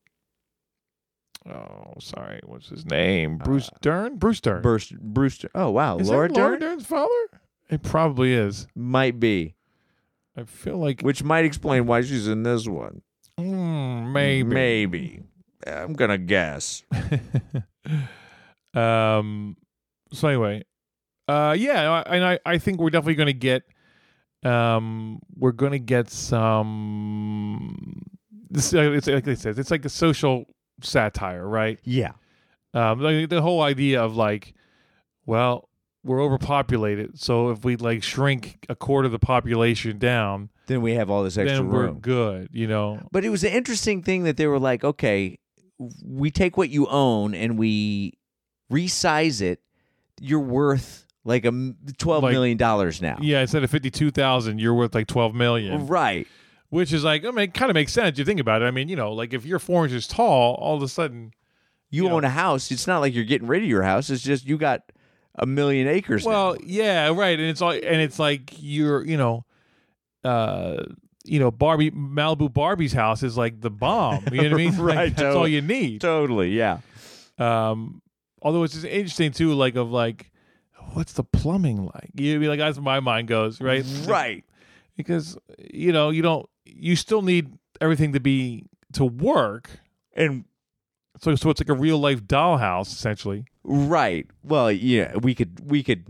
Oh, sorry. What's his Uh, name? Bruce Dern. Bruce Dern. Bruce, Brewster. Oh, wow. Is Laura that Laura Dern? Dern's father? It probably is. Might be. I feel like Which might explain why she's in this one. mm, maybe. Maybe. I'm going to guess. um. So anyway, uh, yeah, I- and I, I think we're definitely going to get, um, we're going to get some. This it's like it says, it's like a social satire, right? Yeah. Um, like the whole idea of like, well, we're overpopulated, so if we like shrink a quarter of the population down, Then we have all this extra then we're room. good, you know. But it was an interesting thing that they were like, okay, we take what you own and we resize it. You're worth like a m- twelve Like- million dollars now. Yeah, instead of fifty-two thousand, you're worth like twelve million. Right. which is like, I mean, kind of makes sense. You think about it. I mean, you know, like if you're four inches tall, all of a sudden, you, You know. own a house. It's not like you're getting rid of your house. It's just you got a million acres. Well, now. yeah, right, and it's like, and it's like you're, you know, uh, you know, Barbie Malibu Barbie's house is like the bomb. You know what I mean? Like, Right, that's all totally. you need. totally, yeah. Um, although it's just interesting too, like of like, what's the plumbing like? You know, what I mean? like that's my mind goes right, Right. because you know you don't, you still need everything to be to work, And so so it's like a real life dollhouse essentially. right. Well, yeah, we could we could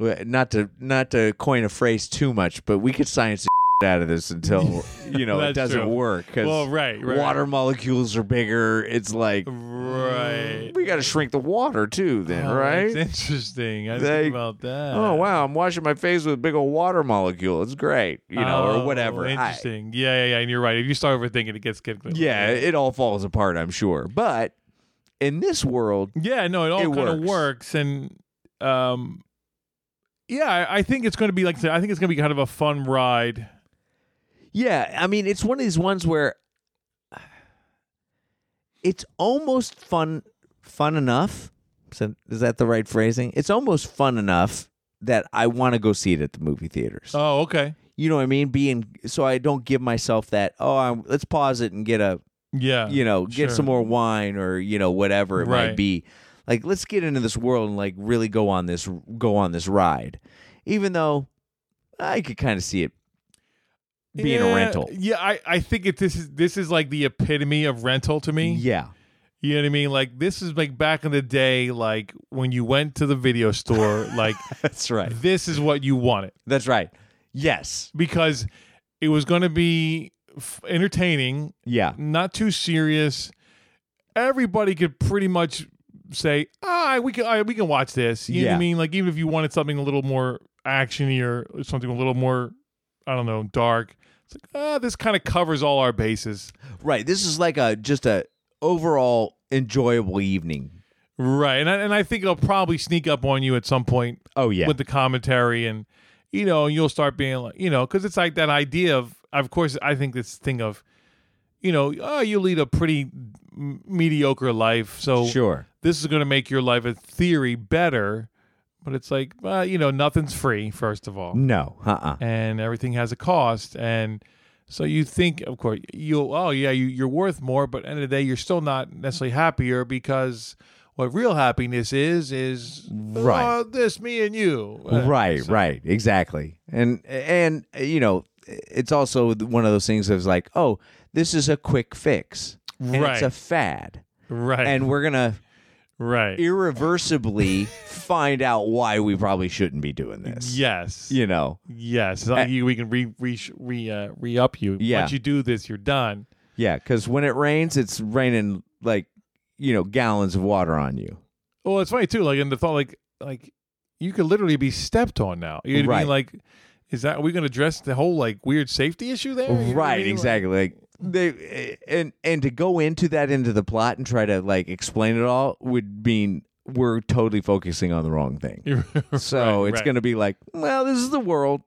not to not to coin a phrase too much, but we could science the out of this until you know it That's doesn't true. work because Well, right, right. water molecules are bigger. It's like Right. we got to shrink the water too, then Oh, right? That's interesting. I didn't They- think about that. Oh wow, I'm washing my face with a big old water molecule. It's great, you know, Oh, or whatever. I- Interesting. yeah, yeah, yeah. And you're right. If you start overthinking, it gets get yeah, it all falls apart, I'm sure. But in this world, yeah. No, it all it kind of works. works, and um, yeah, I, I think it's going to be like I said, I think it's going to be kind of a fun ride. yeah, I mean, it's one of these ones where it's almost fun, fun enough. So is that the right phrasing? It's almost fun enough that I want to go see it at the movie theaters. Oh, okay. you know what I mean? Being so I don't give myself that. Oh, I'm, let's pause it and get a Yeah. you know, get sure. some more wine or you know whatever it Right. might be. Like let's get into this world and like really go on this go on this ride. Even though I could kind of see it being Yeah, a rental. Yeah, I, I think it, this is this is like the epitome of rental to me. Yeah. You know what I mean? Like this is like back in the day, like when you went to the video store, like That's right. this is what you wanted. That's right. Yes. because it was going to be f- entertaining, Yeah. not too serious. Everybody could pretty much say, "Ah, we can, ah, we can watch this." You know what I Yeah. mean? Like even if you wanted something a little more actiony or something a little more, I don't know, dark. It's like, ah, this kind of covers all our bases, Right. This is like a just a overall enjoyable evening. right? And I, and I think it'll probably sneak up on you at some point Oh yeah. with the commentary and you know you'll start being like you know because it's like that idea of of course i think this thing of you know oh you lead a pretty m- mediocre life so sure. this is going to make your life in theory better but it's like well you know nothing's free first of all No. Uh. uh and everything has a cost and so you think of course you'll oh yeah you, you're worth more but end of the day you're still not necessarily happier because what real happiness is is Right. "Oh, this me and you Uh, right right exactly and and you know it's also one of those things that's like oh this is a quick fix and Right. it's a fad right and we're gonna right irreversibly find out why we probably shouldn't be doing this yes you know yes It's like you- we can re re re uh, re up you Yeah. once you do this you're done yeah because when it rains it's raining like you know gallons of water on you well it's funny too like in the thought like like you could literally be stepped on now you know what I mean? Right. like is that are we going to address the whole like weird safety issue there You know what I right mean? Like- exactly like they and and to go into that into the plot and try to like explain it all would mean we're totally focusing on the wrong thing So Right, it's right. going to be like, well, this is the world.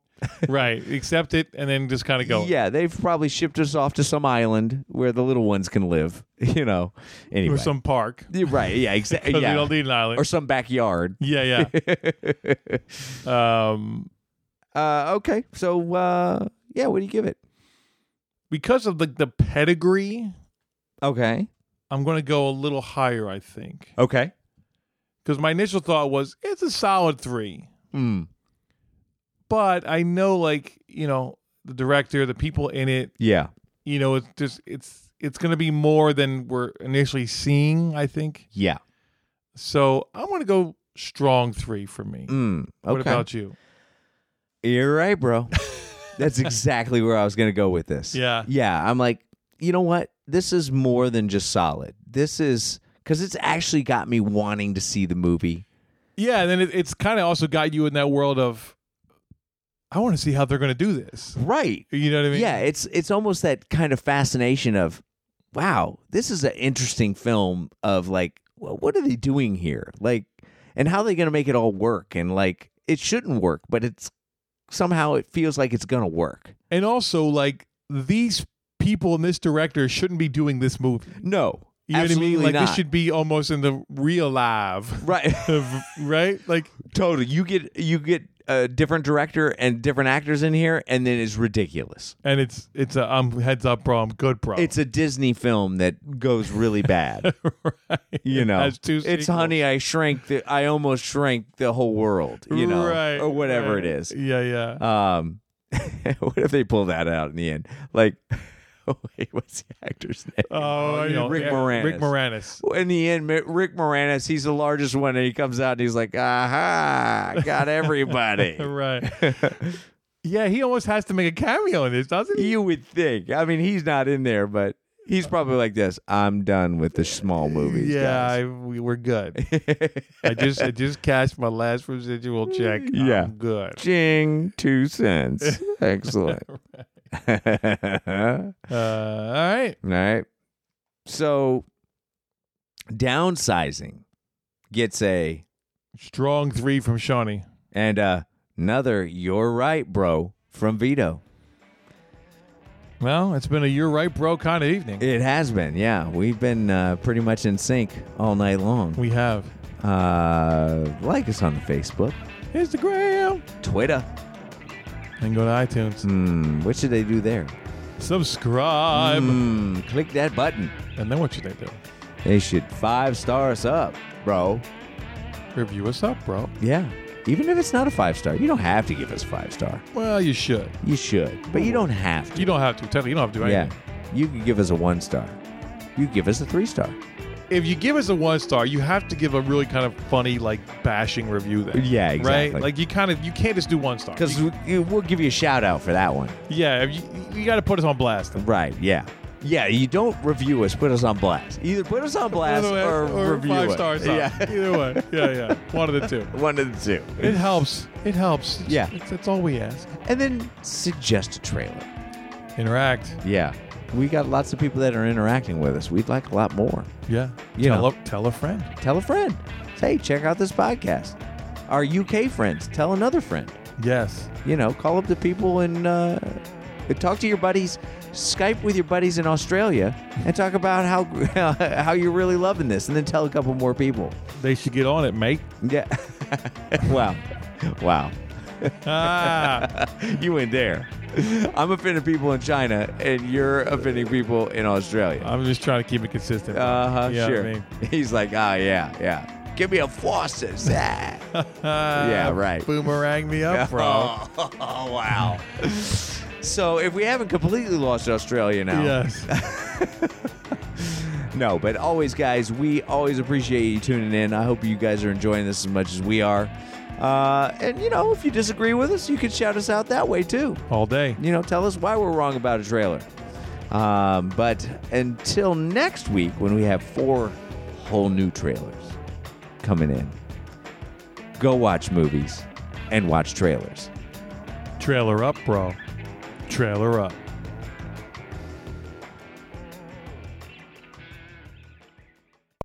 right accept it and then just kind of go Yeah, they've probably shipped us off to some island where the little ones can live. You know, anyway. or some park Yeah, right? Yeah, exactly. 'Cause we yeah, don't need an island or some backyard. yeah yeah um Uh, okay, so uh, yeah, what do you give it? because of like the pedigree Okay, i'm going to go a little higher i think okay. because my initial thought was it's a solid three Mm. but I know like you know the director, the people in it. Yeah, You know, it's just it's it's going to be more than we're initially seeing. I think yeah. so. I want to go strong three for me. Mm. Okay, What about you? you're right, bro. That's exactly where I was going to go with this. Yeah. yeah. I'm like, you know what? This is more than just solid. This is because it's actually got me wanting to see the movie. Yeah, and then it, it's kind of also got you in that world of I want to see how they're going to do this. Right. You know what I mean? yeah, it's it's almost that kind of fascination of, wow, this is an interesting film of like, well, what are they doing here? Like, and how are they going to make it all work? And like, it shouldn't work, but it's somehow it feels like it's going to work. and also like these people and this director shouldn't be doing this movie. No, You know what I mean? Absolutely Like this not. should be almost in the real live, Right. right? Like totally. You get you get a different director and different actors in here, and then it's ridiculous. and it's it's a I'm heads up, bro. I'm good, bro. It's a Disney film that goes really bad. right. You It know, has two it's sequels. honey. I shrank. The, I almost shrank the whole world. You know, right, or whatever right. it is. Yeah, yeah. Um, what if they pull that out in the end? Like, wait, what's the actor's name? oh, I you know. Rick Yeah, Moranis. Rick Moranis. in the end, Mi- Rick Moranis, he's the largest one, and he comes out and he's like, "Aha, got everybody." Right. yeah, he almost has to make a cameo in this, doesn't he? You would think. I mean, he's not in there, but he's probably like this. I'm done with the small movies. yeah, I, we, we're good. guys." I just I just cashed my last residual check. Yeah. I'm good. Jing, two cents. Excellent. All Uh, all right. right. So, downsizing gets a Strong three from Shawnee. and uh, another. You're right, bro. From Vito. Well, it's been a you're right, bro kind of evening. It has been. Yeah, we've been uh, pretty much in sync all night long. we have. Uh, like us on Facebook, Instagram. Twitter. And go to iTunes. Hmm, what should they do there? Subscribe. Hmm, click that button. And then what should they do? They should five star us up, bro. Review us up, bro. Yeah. Even if it's not a five star, you don't have to give us five star. Well, you should. You should, but you don't have to. You don't have to. Technically, you don't have to do Yeah. anything. You can give us a one star. You give us a three star. If you give us a one star, you have to give a really kind of funny, like bashing review. Then, Yeah, exactly. Right? Like you kind of you can't just do one star. Because You- we'll give you a shout out for that one. yeah, you, you got to put us on blast. Right. Yeah. Yeah. You don't review us. Put us on blast. Either put us on blast Either way, or, review five us. stars. up. Yeah. either way. Yeah, yeah. One of the two. one of the two. It helps. It helps. It's- Yeah. it's, it's all we ask. And then suggest a trailer. Interact. Yeah. We got lots of people that are interacting with us. We'd like a lot more. Yeah. You tell know. a tell a friend. Tell a friend. Say, check out this podcast. Our UK friends, tell another friend. Yes. You know, call up the people and uh, talk to your buddies. Skype with your buddies in Australia and talk about how how you're really loving this, and then tell a couple more people. They should get on it, mate. Yeah. wow. Wow. Ah. You went there. I'm offending people in China, and you're offending people in Australia. I'm just trying to keep it consistent. Uh huh. You know what I sure. mean? He's like, ah, yeah, yeah. Give me a Fawcett. Ah. Yeah, right. Boomerang me up, bro. oh, wow. so if we haven't completely lost Australia now, Yes. no. But always, guys, we always appreciate you tuning in. I hope you guys are enjoying this as much as we are. Uh, and you know, if you disagree with us, you can shout us out that way too. All day. You know, tell us why we're wrong about a trailer. Um, but until next week, when we have four whole new trailers coming in, go watch movies and watch trailers. Trailer up, bro. Trailer up.